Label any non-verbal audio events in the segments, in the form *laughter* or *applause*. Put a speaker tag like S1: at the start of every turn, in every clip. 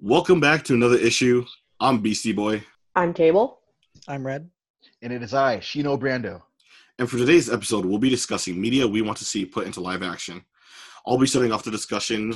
S1: Welcome back to another issue. I'm Beastie Boy.
S2: I'm Cable.
S3: I'm Red.
S4: And it is I, Shino Brando.
S1: And for today's episode, we'll be discussing media we want to see put into live action. I'll be starting off the discussion.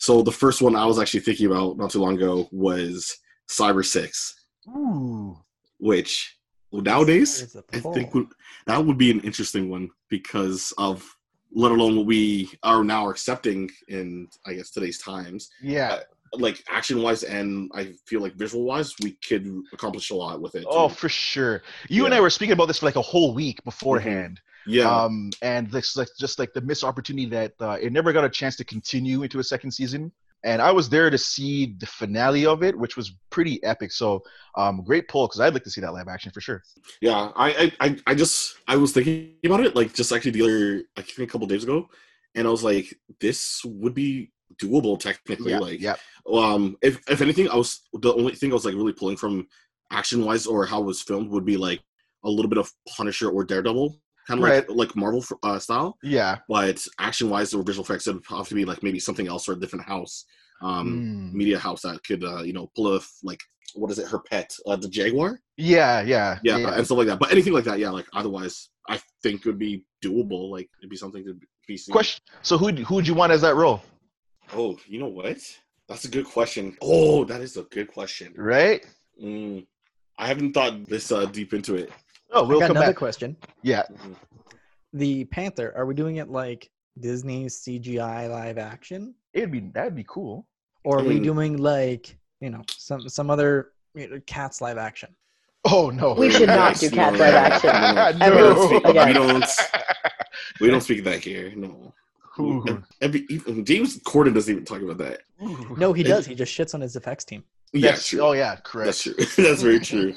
S1: So the first one I was actually thinking about not too long ago was Cyber Six,
S4: Ooh.
S1: which nowadays
S3: There's a
S1: I
S3: poll.
S1: think would, that would be an interesting one because of let alone what we are now accepting in I guess today's times,
S4: Yeah.
S1: like action wise and I feel like visual wise, we could accomplish a lot with it.
S4: Oh,
S1: too.
S4: for sure. You and
S1: Yeah.
S4: I were speaking about this for like a whole week beforehand.
S1: yeah,
S4: Um, and this like just like the missed opportunity that uh, it never got a chance to continue into a second season. And I was there to see the finale of it, which was pretty epic. So, um, great pull because I'd like to see that live action for sure.
S1: Yeah, I, I- I, I just I was thinking about it like just actually the other I think a couple days ago, and I was like, this would be doable technically.
S4: Yeah,
S1: like,
S4: yeah,
S1: um, if if anything, I was the only thing I was like really pulling from action wise or how it was filmed would be like a little bit of Punisher or Daredevil, kind of like like Marvel uh, style,
S4: yeah.
S1: but action wise or visual effects it would have to be like maybe something else or a different house, um,
S4: Mm.
S1: media house that could uh, you know pull off like what is it her pet uh, the jaguar
S4: yeah, yeah,
S1: yeah, and stuff like that. But anything like that, yeah. Like otherwise, I think it would be doable. Like it'd be something to be seen.
S4: Question. So, who who would you want as that role?
S1: Oh, you know what? That's a good question. Oh, that is a good question.
S4: Right?
S1: Mm, I haven't thought this uh, deep into it.
S4: Oh,
S3: I
S4: we'll
S3: got
S4: come
S3: another
S4: back.
S3: question.
S4: yeah.
S3: The Panther. Are we doing it like Disney CGI live action,
S4: It'd be that'd be cool.
S3: or are we
S1: Mm.
S3: doing like you know some some other you know, cats live action?
S4: Oh no.
S2: We should
S4: *laughs*
S2: not *laughs* do
S1: Yes, Mm. no.
S2: cats live
S1: *laughs*
S2: action.
S1: We
S2: Ever.
S1: don't speak,
S4: no.
S1: we
S2: Again.
S1: don't. We don't speak that here. No.
S4: Ooh.
S1: Every, even, James Corden doesn't even talk about that.
S3: No, he
S1: It-
S3: does. He just shits on his effects team.
S1: Yeah,
S4: That's-
S1: true.
S4: Oh yeah, correct.
S1: That's true. *laughs* That's very
S4: *laughs*
S1: true.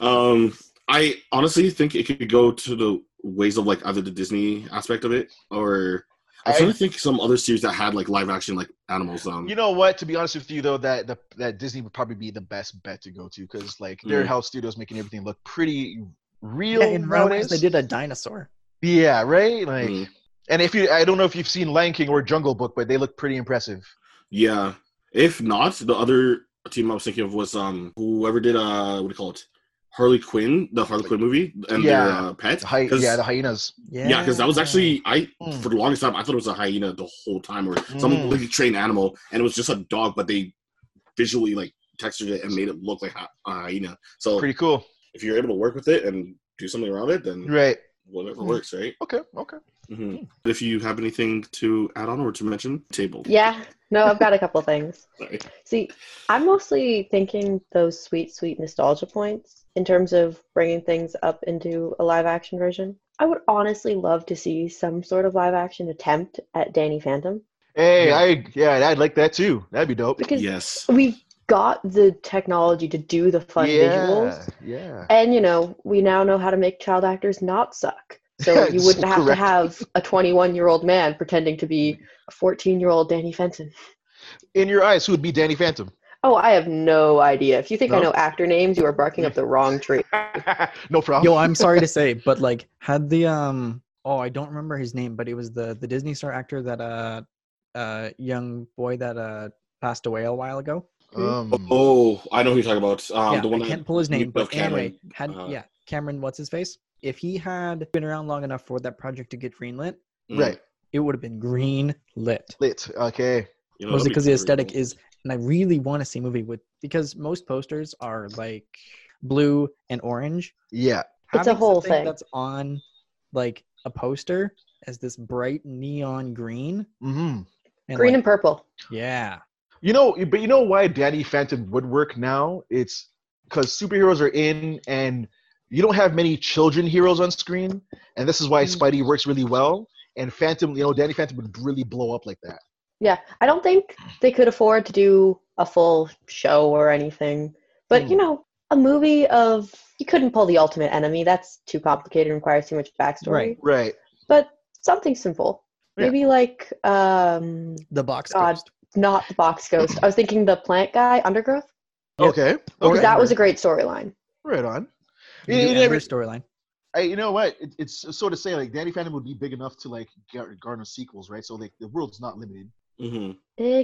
S1: Um, I honestly think it could go to the ways of like either the Disney aspect of it or I'm
S4: I-
S1: trying to think some other series that had like live action like animals. Um,
S4: You know what? To be honest with you, though, that the, that Disney would probably be the best bet to go to because like their
S1: Mm.
S4: house studios making everything look pretty real
S3: Yeah, in Runaways,
S4: nowadays.
S3: they did a dinosaur.
S4: Yeah, right. Like,
S1: Mm.
S4: and if you, I don't know if you've seen Lion King or Jungle Book, but they look pretty impressive.
S1: yeah. If not, the other team I was thinking of was um whoever did uh what do you call it Harley Quinn, the Harley Quinn movie, and their
S4: Yeah.
S1: uh, pet.
S4: The hy-
S1: 'Cause-
S4: yeah, the hyenas.
S3: Yeah, Hmm.
S1: yeah, because that was actually I
S4: Mm.
S1: for the longest time I thought it was a hyena the whole time or some
S4: Mm.
S1: like trained animal, and it was just a dog, but they visually like textured it and made it look like hy- a hyena. So
S4: Pretty cool.
S1: if you're able to work with it and do something around it, then
S4: Right.
S1: whatever
S3: Hmm.
S4: Mm.
S1: works, right?
S4: Okay. Okay.
S1: Mhm. If you have anything to add on or to mention, table.
S2: Yeah. No, I've got a couple things.
S1: Sorry.
S2: See, I'm mostly thinking those sweet, sweet nostalgia points in terms of bringing things up into a live action version. I would honestly love to see some sort of live action attempt at Danny Phantom
S4: Hey,
S1: Yeah.
S4: I yeah, I'd like that too. That'd be dope.
S2: because
S1: Yes.
S2: we've got the technology to do the fun
S4: yeah.
S2: visuals.
S4: Yeah.
S2: And, you know, we now know how to make child actors not suck.
S4: *laughs*
S2: So you wouldn't have to
S4: Correct.
S2: have a 21 year old man pretending to be a 14 year old Danny Fenton.
S4: In your eyes, who would be Danny
S1: *laughs*
S4: Phantom?
S2: Oh, I have no idea. If you think I
S4: No?
S2: know actor names, you are barking up the wrong tree.
S4: *laughs* no problem.
S3: Yo, I'm sorry to say, but like had the um oh I don't remember his name, but it was the the Disney star actor that uh uh young boy that uh passed away a while ago.
S4: Um,
S1: Oh, I know who you're talking about. Um,
S3: Hmm. yeah,
S1: the one
S3: I
S1: that,
S3: can't pull his name,
S1: love
S3: but anyway,
S1: Cameron,
S3: had
S1: uh,
S3: yeah Cameron, what's his face? If he had been around long enough for that project to get greenlit,
S1: Mm,
S4: Right.
S3: it would have been green lit.
S4: Lit. Okay.
S1: you know, that'd be
S3: Mostly because the
S1: very
S3: aesthetic
S1: cool.
S3: is, and I really want to see a movie with because most posters are like blue and orange,
S4: Yeah.
S2: It's a
S3: having
S2: whole
S3: something
S2: thing.
S3: that's on like a poster as this bright neon green
S4: hmm
S3: and
S2: Green
S3: like-
S2: and purple.
S3: yeah
S4: You know, but you know why Danny Phantom would work now? It's because superheroes are in, and you don't have many children heroes on screen, and this is why
S2: Mm.
S4: Spidey works really well. And Phantom, you know, Danny Phantom would really blow up like that.
S2: Yeah, I don't think they could afford to do a full show or anything. But, you
S4: Hmm.
S2: know, a movie of. You couldn't pull the ultimate enemy. That's too complicated and requires too much backstory.
S3: Right.
S4: Right.
S2: But something simple.
S4: Yeah.
S2: Maybe like um
S3: the box
S2: God.
S3: ghost.
S2: not the box ghost. I was thinking the plant guy, undergrowth.
S3: Yeah.
S4: Okay.
S2: Because
S4: Okay.
S2: that was a great storyline.
S4: right on.
S3: You
S4: You-
S3: do
S4: you
S3: every
S4: never-
S3: storyline
S4: I, you know what? It, it's sort of saying like Danny Phantom would be big enough to like gar- garner sequels, right? So like the world's not limited.
S1: hmm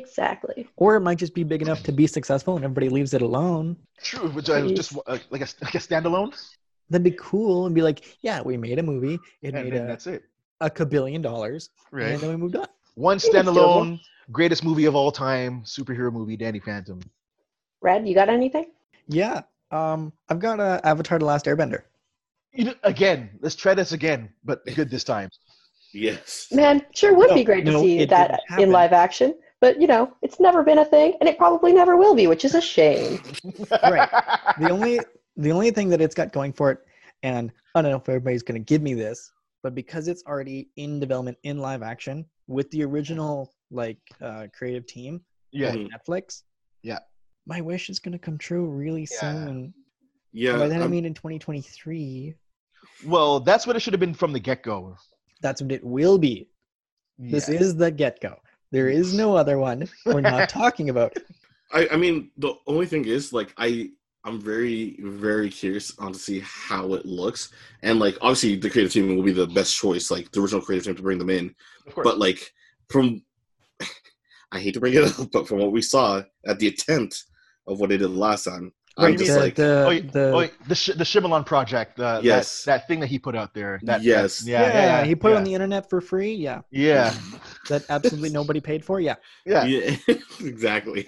S2: Exactly.
S3: Or it might just be big enough to be successful and everybody leaves it alone.
S4: True, which I was just uh, like a, like a standalone,
S3: That'd be cool and be like, yeah, we made a movie. It
S4: and
S3: made
S4: then
S3: a,
S4: that's it.
S3: a kabillion dollars. And then we moved on.
S4: One
S2: it's doable.
S4: standalone, greatest movie of all time, superhero movie, Danny Phantom.
S2: Red, you got anything?
S3: Yeah. Um, I've got uh, Avatar The Last Airbender.
S4: You know, again, let's try this again, but good this time.
S1: Yes.
S2: Man, sure would
S3: No,
S2: be great to
S3: no,
S2: see
S3: it
S2: that
S3: didn't
S2: in
S3: happen.
S2: live action, but you know, it's never been a thing and it probably never will be, which is a shame.
S3: *laughs* Right.
S4: *laughs*
S3: The only the only thing that it's got going for it, and I don't know if everybody's gonna give me this, but because it's already in development in live action with the original like uh, creative team,
S4: yeah.
S1: Mhm.
S3: Netflix.
S4: Yeah.
S3: My wish is gonna come true really
S4: Yeah.
S3: soon.
S1: Yeah.
S3: By that I
S1: I'm-
S3: mean in 2023.
S1: Mm-hmm.
S4: Well, that's what it should have been from the get go.
S3: That's what it will be. This is the get go. There is no other one we're not talking about.
S1: I, I mean, the only thing is, like, I I'm very very curious on to see how it looks, and like, obviously, the creative team will be the best choice, like the original creative team to bring them in.
S4: Of course.
S1: But like, from *laughs* I hate to bring it up, but from what we saw at the attempt of what they did last time, I'm
S3: Right,
S1: just
S3: the,
S1: like,
S3: the,
S4: oh, yeah,
S3: the-
S4: oh, yeah, the Sh- the Shyamalan project. Uh, that-
S1: Yes.
S4: That, thing that he put out there. That, that-
S1: Yes.
S4: yeah, yeah, yeah.
S3: He put it
S4: yeah.
S3: on the internet for free. Yeah.
S4: Yeah.
S3: That
S4: *laughs*
S3: absolutely nobody paid for. Yeah.
S4: Yeah.
S1: yeah, *laughs* exactly.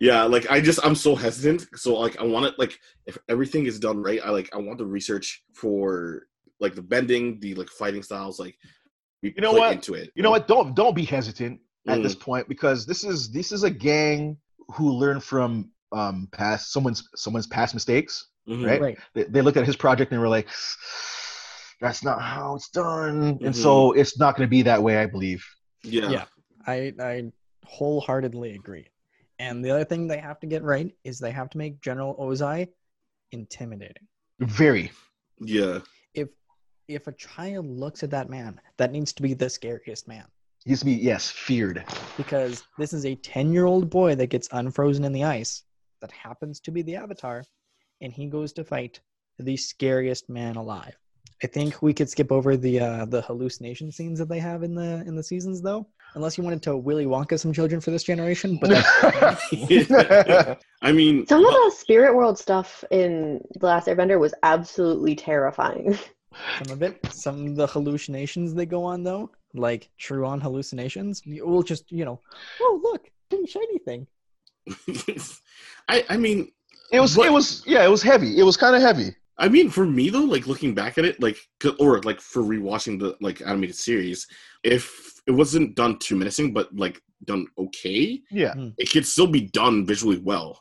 S1: Yeah, like I just I'm so hesitant. So like I want it like if everything is done right, I like I want the research for like the bending, the like fighting styles, like we
S4: You know
S1: put
S4: what?
S1: into it.
S4: You know what? Don't don't be hesitant at
S1: Mm.
S4: this point because this is this is a gang who learn from um past someone's someone's past mistakes.
S1: Mhm.
S4: Right?
S3: Right.
S4: They, they looked at his project and were like, "That's not how it's done," and so it's not going to be that way, I believe.
S1: Yeah.
S3: Yeah. I, I wholeheartedly agree. And the other thing they have to get right is they have to make General Ozai intimidating.
S4: Very.
S1: Yeah.
S3: If if a child looks at that man, that needs to be the scariest man
S4: He needs to be yes, feared.
S3: because this is a 10-year-old boy that gets unfrozen in the ice that happens to be the avatar and he goes to fight the scariest man alive. I think we could skip over the uh, the hallucination scenes that they have in the in the seasons though, unless you wanted to Willy Wonka some children for this generation, *laughs* but
S4: *laughs*
S3: that's
S1: I mean
S2: Some of the spirit world stuff in The Last Airbender was absolutely terrifying. *laughs*
S3: some of it. Some of the hallucinations they go on though, like true on hallucinations, we'll just you know, oh look, pretty shiny thing.
S1: uh, *laughs* I I mean
S4: it was it was yeah, it was heavy. It was kind of heavy.
S1: I mean, for me though, like looking back at it, like c- or like for rewatching the like animated series, if it wasn't done too menacing, but like done okay,
S4: Yeah.
S1: it could still be done visually well.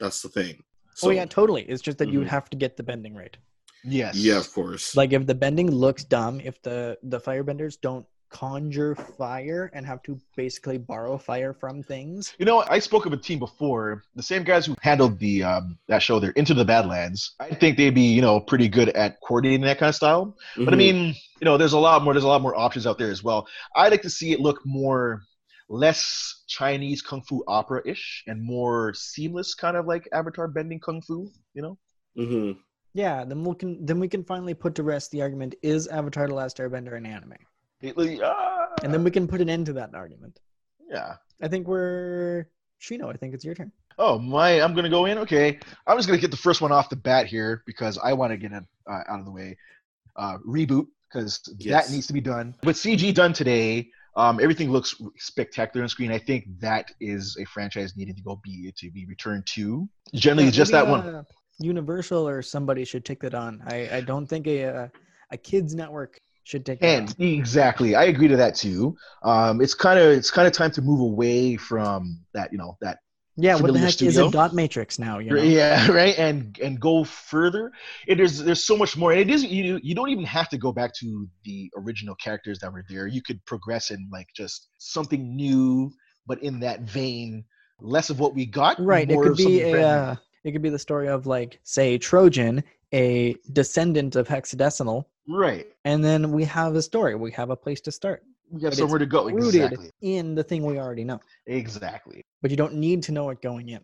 S1: That's the thing. So,
S3: oh yeah, totally. It's just that you
S1: Mhm.
S3: have to get the bending right.
S4: Yes.
S1: yeah, of course.
S3: Like if the bending looks dumb, if the the firebenders don't conjure fire and have to basically borrow fire from things.
S4: You know, I spoke of a team before. The same guys who handled the um, that show, they're Into the Badlands. I think they'd be, you know, pretty good at coordinating that kind of style. But I
S1: Mhm.
S4: mean, you know, there's a lot more. There's a lot more options out there as well. I like to see it look more, less Chinese kung fu opera ish, and more seamless, kind of like Avatar bending kung fu. You know,
S1: Mhm.
S3: Yeah, then we can then we can finally put to rest the argument is Avatar the Last Airbender an anime?
S4: It- like, ah,
S3: And then we can put an end to that argument.
S4: yeah.
S3: I think we're Shino, I think it's your turn.
S4: Oh my, I'm gonna go in. Okay, I'm just gonna get the first one off the bat here because I want to get it uh, out of the way. Uh, reboot because
S1: Yes.
S4: that needs to be done. With CG done today, um, everything looks spectacular on screen. I think that is a franchise needing to go be to be returned to. Generally,
S3: Yeah,
S4: just
S3: maybe,
S4: that one.
S3: uh, Universal or somebody should take that on. I, I don't think a uh, a kids network should take that.
S4: And
S3: on.
S4: exactly, I agree to that too. Um, it's kind of it's kind of time to move away from that, you know, that
S3: Yeah, what the
S4: familiar
S3: heck is
S4: studio.
S3: a dot matrix now? You know?
S4: yeah, *laughs* right, and and go further. It is there's so much more, and it is you you don't even have to go back to the original characters that were there. You could progress in like just something new, but in that vein, less of what we got.
S3: Right. It
S4: more
S3: could
S4: of
S3: be
S4: something
S3: a
S4: brand new.
S3: uh, it could be the story of like say Trojan, a descendant of hexadecimal,
S4: right.
S3: and then we have a story. We have a place to start,
S4: We have
S3: it's
S4: somewhere to go.
S3: rooted
S4: Exactly.
S3: in the thing we already know.
S4: Exactly.
S3: But you don't need to know it going in.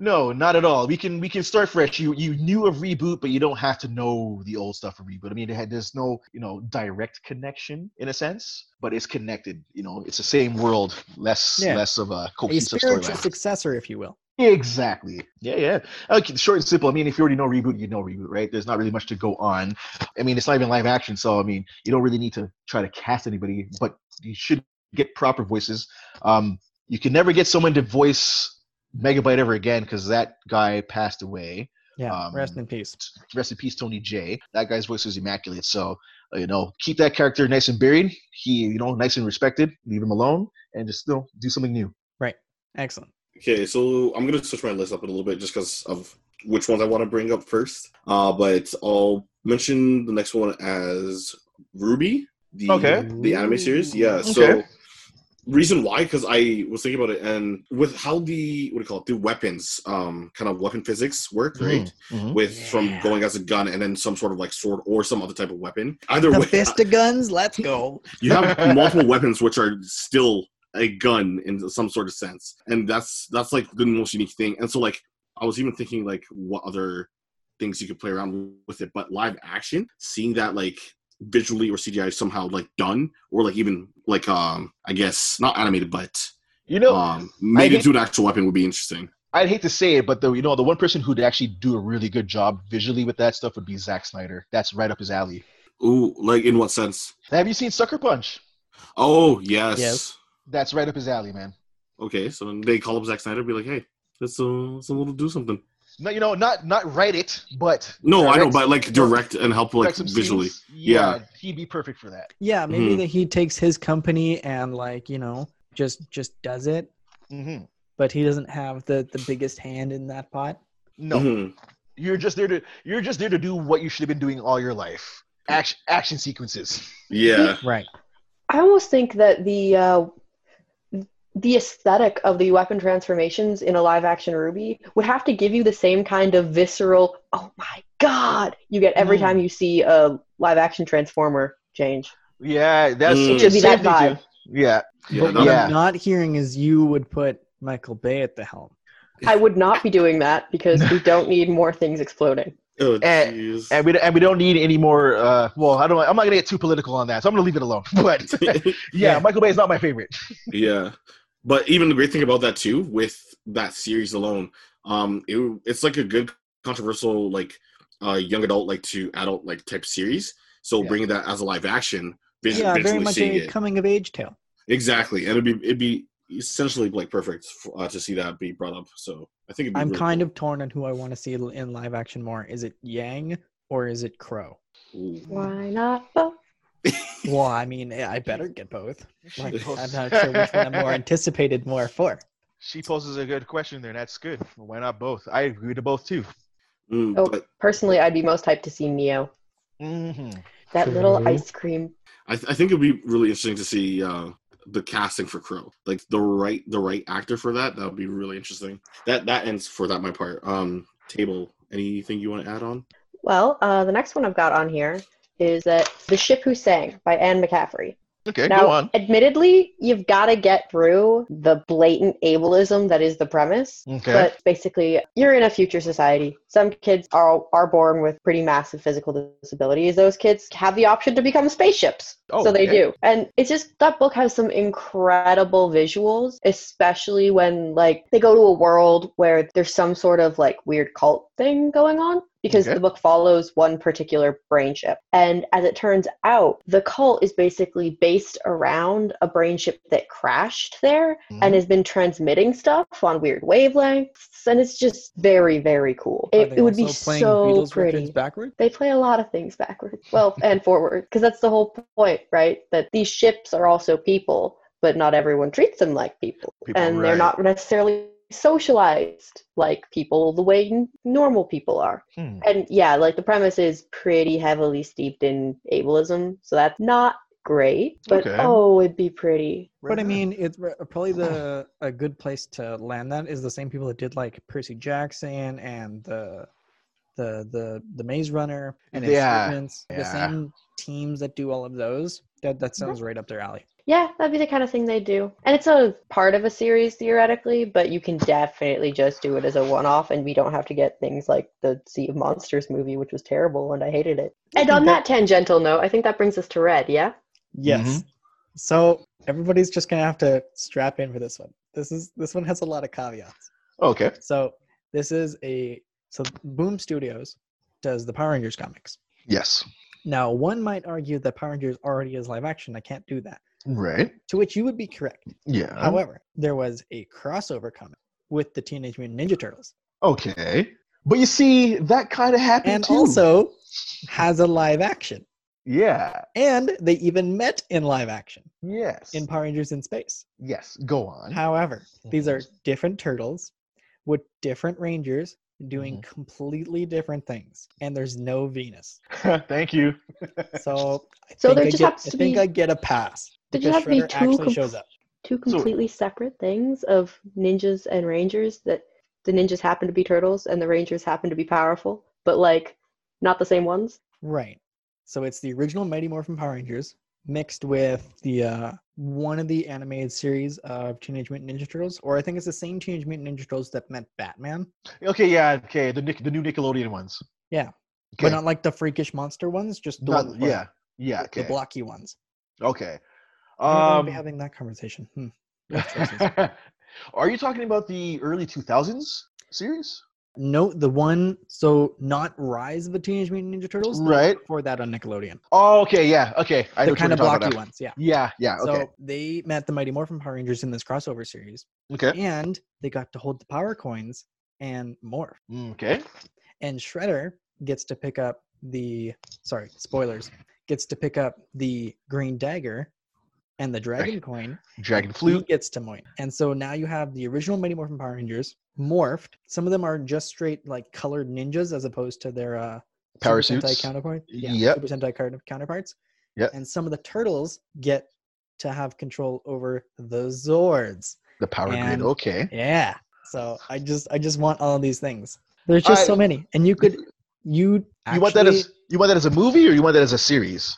S4: No, not at all. We can we can start fresh. You you knew of reboot, but you don't have to know the old stuff of reboot. I mean, it had, there's no you know direct connection in a sense, but it's connected. You know, it's the same world, less
S3: Yeah.
S4: less of Oh, a
S3: A
S4: cohesive
S3: spiritual
S4: storyline.
S3: successor, if you will.
S4: Exactly. Yeah, yeah. Okay, short and simple. I mean, if you already know reboot, you know reboot, right? There's not really much to go on. I mean, it's not even live action, so I mean, you don't really need to try to cast anybody, but you should get proper voices. Um, you can never get someone to voice Megabyte ever again because that guy passed away.
S3: Yeah,
S4: Um,
S3: rest in peace.
S4: Rest in peace, Tony J. That guy's voice was immaculate. So uh, you know, keep that character nice and buried. He, you know, nice and respected. Leave him alone and just you know, do something new.
S3: Excellent.
S1: Okay, so I'm gonna switch my list up a little bit just because of which ones I want to bring up first. Uh, but I'll mention the next one as Ruby, the
S4: Okay.
S1: the anime series. Yeah. So
S4: Okay.
S1: reason why? Because I was thinking about it, and with how the what do you call it? The weapons, um, kind of weapon physics work, right?
S4: Mhm.
S1: With from
S3: Yeah.
S1: going as a gun and then some sort of like sword or some other type of weapon. Either
S3: The
S1: way, *laughs*
S3: fist of guns. Let's go.
S1: you have multiple weapons which are still a gun in some sort of sense and that's that's like the most unique thing and so like i was even thinking like what other things you could play around with it but live action seeing that like visually or cgi somehow like done or like even like um i guess not animated but
S4: You know,
S1: um maybe
S4: think-
S1: do an actual weapon would be interesting
S4: I'd hate to say it, but the you know the one person who'd actually do a really good job visually with that stuff would be Zack Snyder. That's right up his alley.
S1: ooh like in what sense
S4: Have you seen Sucker Punch?
S1: oh yes,
S3: Yes.
S4: That's right up his alley, man.
S1: okay so then they call up Zack snyder be like hey let's uh let's a little do something
S4: No, you know, not not write it, but
S1: no i know
S4: direct-
S1: but like direct and help like
S4: direct some
S1: visually
S4: scenes. Yeah, he'd be perfect for that.
S3: Yeah, maybe
S1: Mhm.
S3: that he takes his company and like you know just just does it,
S4: hmm
S3: but he doesn't have the the biggest hand in that pot.
S4: No,
S3: Mm-hmm.
S1: Mhm.
S4: you're just there to you're just there to do what you should have been doing all your life. Action action sequences.
S1: Yeah.
S3: Right.
S2: I almost think that the uh, the aesthetic of the weapon transformations in a live action Ruby would have to give you the same kind of visceral "Oh my God" you get every
S3: Hmm.
S4: Mm.
S2: time you see a live action Transformer change.
S4: Yeah, that's
S1: Mm.
S4: it's
S2: Should be
S4: same
S2: that
S4: thing,
S2: vibe.
S4: too. Yeah,
S1: Yeah,
S3: but
S1: that-
S3: what
S4: Yeah.
S3: I'm not hearing is you would put Michael Bay at the helm.
S2: I would not be doing that because we don't need more things exploding.
S1: Oh,
S4: And-
S1: jeez.
S4: and we and we don't need any more. Uh, well, I don't. I'm not gonna get too political on that, so I'm gonna leave it alone. *laughs*
S1: *laughs*
S4: But yeah,
S3: *laughs* Yeah.
S4: Michael Bay is not my favorite.
S1: yeah. But even the great thing about that too, with that series alone, um, it, it's like a good controversial like uh, young adult like to adult like type series. So
S4: Yeah.
S1: bringing that as a live action, vis-
S3: yeah, very
S1: visually
S3: much
S1: seeing
S3: a
S1: it
S3: coming of age tale.
S1: exactly, and it'd be it'd be essentially like perfect f- uh, to see that be brought up. So I think it'd be
S3: I'm kind of torn on who I want to see in live action more. Is it Yang or is it Crow?
S2: Why not both?
S3: Well, I mean, eh, I better get both.
S1: *laughs*
S3: Like, I'm not sure which one I'm more anticipated more for.
S4: She poses a good question there. and That's good. Why not both? I agree to both too.
S2: Oh.
S1: Mm, but
S2: Personally, I'd be most hyped to see Neo.
S4: hmm
S3: Mm-hmm.
S2: That little
S3: True.
S2: ice cream.
S1: I, th- I think it'd be really interesting to see uh, the casting for Crow, like the right the right actor for that. That would be really interesting. That that ends for that my part. Um, table. Anything you want to add on?
S2: Well, uh, the next one I've got on here is that The Ship Who Sang by Anne McCaffrey.
S4: Okay, go
S2: Now,
S4: on.
S2: admittedly, you've got to get through the blatant ableism that is the premise.
S4: Okay.
S2: But basically, you're in a future society. Some kids are are born with pretty massive physical disabilities. Those kids have the option to become spaceships.
S4: Oh,
S2: so they
S4: okay.
S2: do. And it's just that book has some incredible visuals, especially when like they go to a world where there's some sort of like weird cult thing going on because
S4: Okay.
S2: the book follows one particular brain chip. And as it turns out, the cult is basically based around a brain chip that crashed there
S3: Mm-hmm.
S2: and has been transmitting stuff on weird wavelengths, and it's just very, very cool.
S3: Are
S2: It,
S3: they
S2: it would be
S3: also playing
S2: so
S3: Beatles records
S2: pretty.
S3: backward?
S2: They play a lot of things backwards, well, and forward, because that's the whole point, right? That these ships are also people, but not everyone treats them like people,
S4: People,
S2: and they're
S4: right.
S2: not necessarily socialized like people the way n- normal people are.
S4: Hmm.
S2: And yeah, like the premise is pretty heavily steeped in ableism, so that's not great, but
S4: Okay.
S2: oh, it'd be pretty.
S3: But I
S4: Right
S3: mean, it's re- probably the a good place to land that is the same people that did like Percy Jackson and the the the the Maze Runner and
S4: Yeah,
S3: Insurgents, the
S4: yeah. Mm-hmm.
S3: same teams that do all of those. That that sounds right up their alley.
S2: Yeah, that'd be the kind of thing they do. And it's a part of a series theoretically, but you can definitely just do it as a one off and we don't have to get things like the Sea of Monsters movie, which was terrible and I hated it. And on that tangential note, I think that brings us to Red, yeah?
S3: Yes. So everybody's just gonna have to strap in for this one. This is this one has a lot of caveats.
S4: Okay.
S3: So this is a so Boom Studios does the Power Rangers comics.
S4: Yes.
S3: Now one might argue that Power Rangers already is live action. I can't do that.
S4: Right.
S3: To which you would be correct.
S4: Yeah.
S3: However, there was a crossover comic with the Teenage Mutant Ninja Turtles,
S4: okay. But you see, that kind of happened
S3: and
S4: too.
S3: also has a live action.
S4: yeah.
S3: And they even met in live action
S4: Yes.
S3: in Power Rangers in Space.
S4: yes. Go on.
S3: However, these are different turtles with different rangers doing
S4: Mhm.
S3: completely different things, and there's no Venus.
S4: *laughs* Thank you.
S3: So I
S2: So
S3: think
S2: there
S3: I
S2: just
S3: get,
S2: has
S3: I
S2: to
S3: think
S2: be-
S3: I get a pass
S2: there just has
S3: because
S2: to be
S3: Shredder
S2: two
S3: actually
S2: com-
S3: shows up.
S2: Two completely separate things of ninjas and rangers that the ninjas happen to be turtles and the rangers happen to be powerful, but like not the same ones.
S3: Right. So it's the original Mighty Morphin Power Rangers mixed with the uh, one of the animated series of Teenage Mutant Ninja Turtles, or I think it's the same Teenage Mutant Ninja Turtles that met Batman,
S4: Okay. Yeah. Okay. The Nick, the new Nickelodeon ones.
S3: Yeah.
S4: Okay.
S3: but not like the freakish monster ones, just the,
S4: Not-
S3: one,
S4: yeah. Yeah. Okay.
S3: the blocky ones.
S4: okay.
S3: I don't wanna
S4: Um,
S3: be having that conversation.
S4: *laughs*
S3: Hmm.
S4: Are you talking about the early 2000s series?
S3: No, the one so not Rise of the Teenage Mutant Ninja Turtles. the one
S4: Right.
S3: before that on Nickelodeon,
S4: Oh, okay, yeah, okay.
S3: the
S4: I know what you're
S3: kind of
S4: talking
S3: blocky
S4: about.
S3: ones. Yeah.
S4: Yeah, yeah, okay,
S3: So they met the Mighty Morphin Power Rangers in this crossover series,
S4: okay,
S3: and they got to hold the power coins and morph.
S4: Mm, okay.
S3: And Shredder gets to pick up the sorry spoilers gets to pick up the green dagger and the dragon
S4: Right.
S3: coin.
S4: Dragon
S3: He
S4: flute.
S3: gets to Moin, and so now you have the original Mighty Morphin Power Rangers morphed. Some of them are just straight like colored ninjas as opposed to their uh,
S4: Power
S3: Super Sentai
S4: suits.
S3: counterpart. Yeah.
S4: Yep.
S3: Super Sentai counter- counterparts.
S4: Yep.
S3: And some of the turtles get to have control over the Zords.
S4: The power grid.
S3: and-
S4: Okay.
S3: Yeah. So I just I just want all of these things. There's just
S4: Alright.
S3: so many, and you could you actually,
S4: you want that as you want that as a movie or you want that as a series?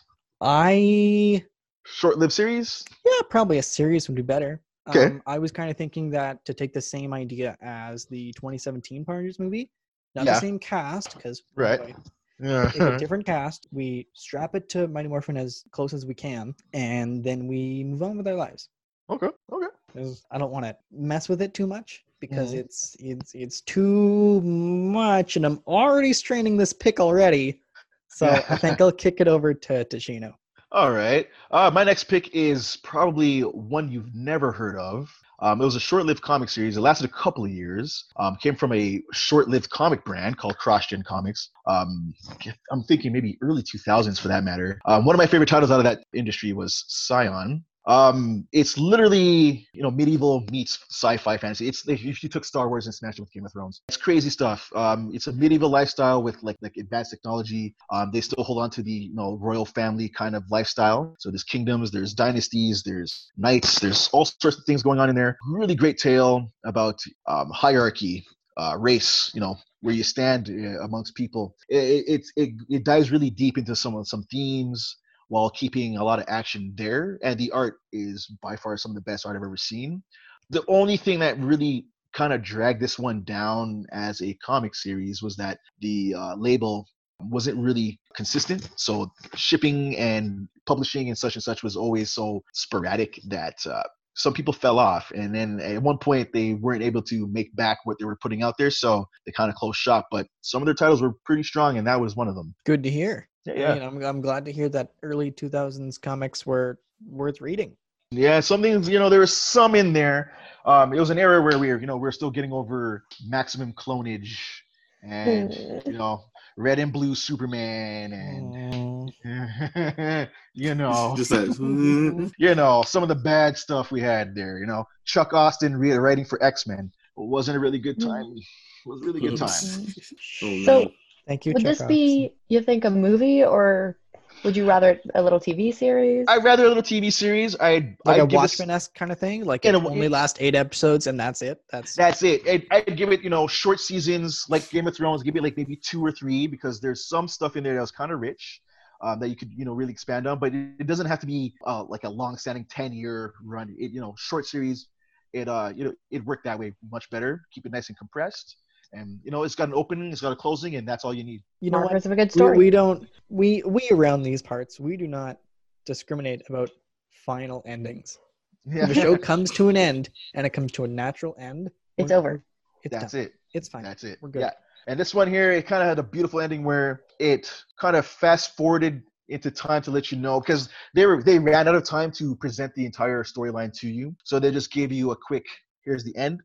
S3: I
S4: Short-lived series.
S3: yeah probably a series would be better.
S4: Okay.
S3: Um, I was kind of thinking that to take the same idea as the 2017 Power Rangers movie, not
S4: Yeah.
S3: the same cast because
S4: Right. *laughs*
S3: take a
S4: Yeah.
S3: different cast, we strap it to Mighty Morphin as close as we can, and then we move on with our lives.
S4: okay. Okay.
S3: 'Cause I don't want to mess with it too much because
S4: Mhm.
S3: it's it's it's too much, and I'm already straining this pick already. So I think I'll kick it over to Toshino.
S4: All right. Uh, my next pick is probably one you've never heard of. Um, it was a short-lived comic series. It lasted a couple of years. Um, came from a short-lived comic brand called CrossGen Comics. Um, I'm thinking maybe early 2000s for that matter. Um, one of my favorite titles out of that industry was Scion. Um, it's literally you know medieval meets sci-fi fantasy. It's if you if you took Star Wars and smashed it with Game of Thrones. It's crazy stuff. Um, it's a medieval lifestyle with like like advanced technology. Um, they still hold on to the you know royal family kind of lifestyle. So there's kingdoms, there's dynasties, there's knights, there's all sorts of things going on in there. Really great tale about um, hierarchy, uh, race. You know where you stand uh, amongst people. It, it, it it dives really deep into some of some themes while keeping a lot of action there. And the art is by far some of the best art I've ever seen. The only thing that really kind of dragged this one down as a comic series was that the uh, label wasn't really consistent. So shipping and publishing and such and such was always so sporadic that uh, some people fell off. And then at one point, they weren't able to make back what they were putting out there. So they kind of closed shop. But some of their titles were pretty strong, and that was one of them.
S3: Good to hear.
S4: Yeah,
S3: I mean, I'm I'm glad to hear that early 2000s comics were worth reading.
S4: Yeah, something you know, there was some in there. Um, it was an era where we were, you know, we are still getting over maximum clonage and you know, red and blue Superman
S3: Mm.
S4: and *laughs* you know,
S1: Just
S4: *laughs*
S1: that. *laughs*
S4: you know, some of the bad stuff we had there. You know, Chuck Austin re- writing for X Men wasn't a really good time. was a really good time.
S1: Oh, no.
S2: Hmm. So
S3: Thank you.
S2: would
S3: Chuck
S2: this be you think a movie or would you rather a little TV series?
S4: I'd rather a little TV series. I'd
S3: Robertson. like
S4: I'd
S3: a
S4: give this-
S3: Watchmen esque kind of thing? Like it
S4: In a-
S3: only last eight episodes and that's it. That's
S4: That's it. I'd, I'd give it, you know, short seasons like Game of Thrones. Give it like maybe two or three because there's some stuff in there that was kind of rich. um, that you could you know really expand on. But it, it doesn't have to be uh, like a long-standing 10-year run. It, you know, short series. It uh, you know it worked that way much better. Keep it nice and compressed, and you know it's got an opening, it's got a closing, and that's all you
S3: *laughs*
S4: need.
S3: You know what?
S2: Markers of a good
S3: We,
S2: story.
S3: we don't. We we around these parts. We do not discriminate about final endings. If a show comes to an end and it comes to a natural end,
S2: it's
S3: we're-
S2: over.
S3: It's
S4: *laughs* that's
S3: done.
S4: it.
S3: It's fine.
S4: That's it.
S3: We're good.
S4: Yeah. And this one here, it kind of had a beautiful ending where it kind of fast forwarded into time to let you know because they were they ran out of time to present the entire storyline to you. So they just gave you a quick here's the end,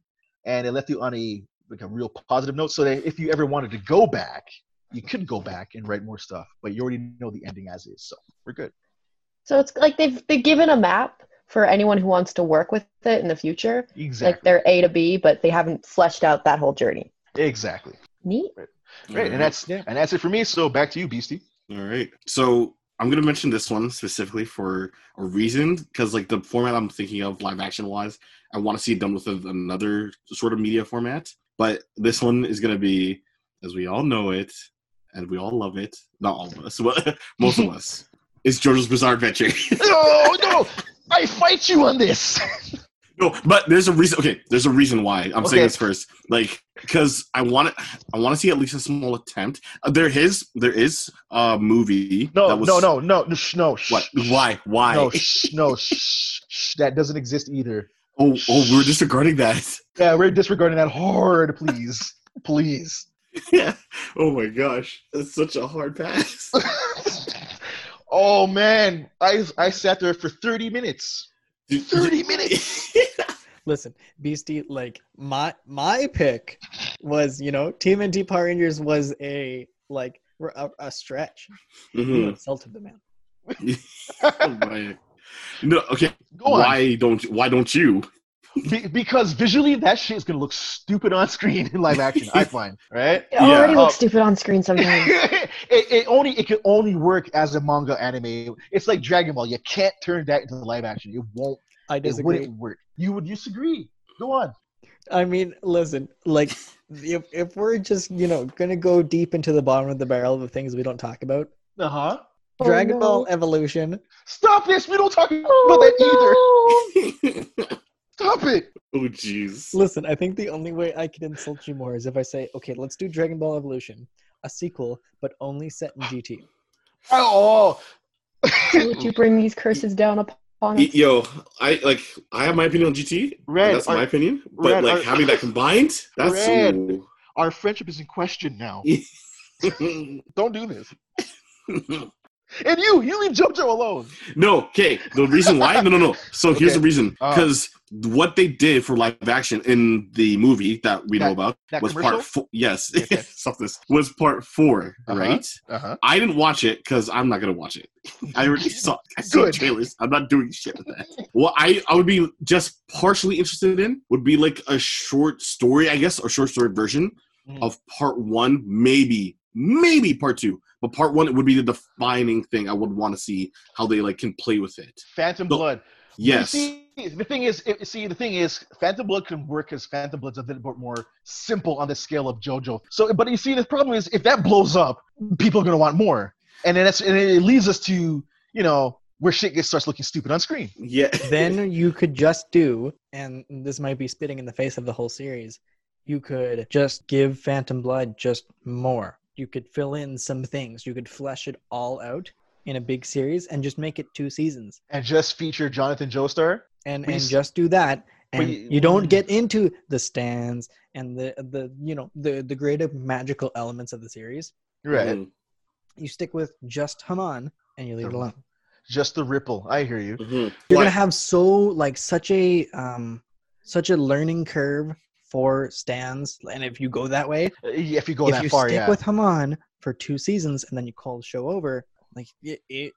S4: and it left you on a like a real positive note. So that if you ever wanted to go back, you could go back and write more stuff, but you already know the ending as is. So we're good.
S2: So it's like they've been given a map for anyone who wants to work with it in the future. Like
S4: Exactly.
S2: they're A to B, but they haven't fleshed out that whole journey.
S4: exactly.
S2: Neat.
S4: Right. And that's
S3: Yeah.
S4: and that's it for me. So back to you, Beastie. *laughs*
S1: All right. So I'm gonna mention this one specifically for a reason, because like the format I'm thinking of, live action wise, I want to see it done with a- another sort of media format. But this one is gonna be, as we all know it, and we all love it. Not all of us, *laughs* but most
S4: *laughs*
S1: of us. It's JoJo's Bizarre Adventure. *laughs*
S4: No, no, I fight you on this.
S1: No, but there's a reason. Okay, there's a reason why I'm
S4: Okay.
S1: saying this first. Like, because I want to, I want to see at least a small attempt. Uh, there is, there is a movie.
S4: No, no, no, no, no, sh- no. sh-
S1: What? Why? Why? *laughs*
S4: No, sh- no, sh- sh- that doesn't exist either.
S1: oh, oh, we were disregarding that. *laughs*
S4: Yeah, we're disregarding that hard, please, please. *laughs*
S1: yeah. Oh my gosh, that's such a hard *laughs* pass.
S4: oh man, I I sat there for thirty minutes.
S1: Dude,
S4: *laughs* Thirty minutes.
S3: Listen, Beastie, like my my pick was, you know, Team NT Power Rangers was a like were a, a stretch.
S4: Hmm.
S3: You
S1: Mhm.
S3: insulted the man.
S1: Oh my. No. Okay.
S4: Go on.
S1: Why don't? Why don't
S4: *laughs*
S1: you?
S4: Be- because visually, that shit is gonna look stupid on screen in live action. I find right. *laughs*
S2: It already
S1: Yeah.
S3: Oh.
S2: looks stupid on screen sometimes.
S4: it, it only it can only work as a manga anime. It's like Dragon Ball. You can't turn that into live action. It won't.
S3: I
S4: It
S3: disagree.
S4: wouldn't work. You would disagree. Go on.
S3: I mean, listen, like if if we're just, you know, gonna go deep into the bottom of the barrel of the things we don't talk about.
S4: Uh huh.
S2: Oh,
S3: *laughs* Dragon Ball
S2: no.
S3: Evolution.
S4: Stop this. We don't talk about that either.
S2: Oh,
S1: oh
S4: Stop it.
S1: jeez.
S3: Listen, I think the only way I can insult you more is if I say, okay, let's do Dragon Ball Evolution, a sequel, but only set in GT.
S4: Oh.
S2: no. *laughs* Would you bring these curses down upon
S1: Y-
S2: us?
S1: Yo, I like. I have my opinion on GT.
S4: *laughs* Red,
S1: and that's
S4: are-
S1: my opinion. But
S4: Red,
S1: like
S4: are-
S1: having that combined, that's.
S4: Red.
S1: ooh.
S4: Our friendship is in question now. Don't do this. And you, you leave JoJo alone.
S1: *laughs* no. Okay. The reason why? No. No. No. So here's
S4: Okay.
S1: the reason.
S4: Uh.
S1: Because what they did for live action in the movie that we
S4: That-
S1: know about
S4: That
S1: was
S4: commercial.
S1: part four. Yes. *laughs*
S4: Okay.
S1: Stop this. Was part 4
S4: Uh-huh.
S1: right?
S4: uh-huh.
S1: I didn't watch it because I'm not gonna watch it. *laughs* I already saw, I saw
S4: Good.
S1: trailers. I'm not doing shit with that. What I, I would be just partially interested in would be like a short story, I guess, or short story version
S4: Mhm.
S1: of part one, maybe, maybe part two. But part one would be the defining thing. I would want to see how they like can play with it.
S4: Phantom
S1: The-
S4: Blood.
S1: Yes.
S4: See, the thing is, it, see, the thing is, Phantom Blood can work because Phantom Blood's a bit more simple on the scale of JoJo. So, but you see, the problem is, if that blows up, people are gonna want more, and then that's and it leads us to, you know, where shit gets starts looking stupid on screen.
S1: Yeah. *laughs*
S4: *laughs*
S3: then you could just do, and this might be spitting in the face of the whole series, you could just give Phantom Blood just more. You could fill in some things. You could flesh it all out in a big series and just make it two seasons.
S4: And just feature Jonathan Joestar.
S3: And
S4: We
S3: and
S4: s-
S3: just do that. And
S4: we-
S3: you don't get into the stands and the the you know the the greater magical elements of the series.
S1: Mm-hmm.
S4: Right.
S3: You stick with just Haman and you leave it
S4: Sure.
S3: alone.
S4: Just the ripple. I hear you.
S1: Mhm.
S3: you're
S1: Like-
S3: gonna have so like such a um such a learning curve for stands and if you go that way
S4: Uh, yeah, If you go
S3: if
S4: that
S3: you
S4: far,
S3: stick
S4: yeah.
S3: with haman for two seasons and then you call the show over like it, it,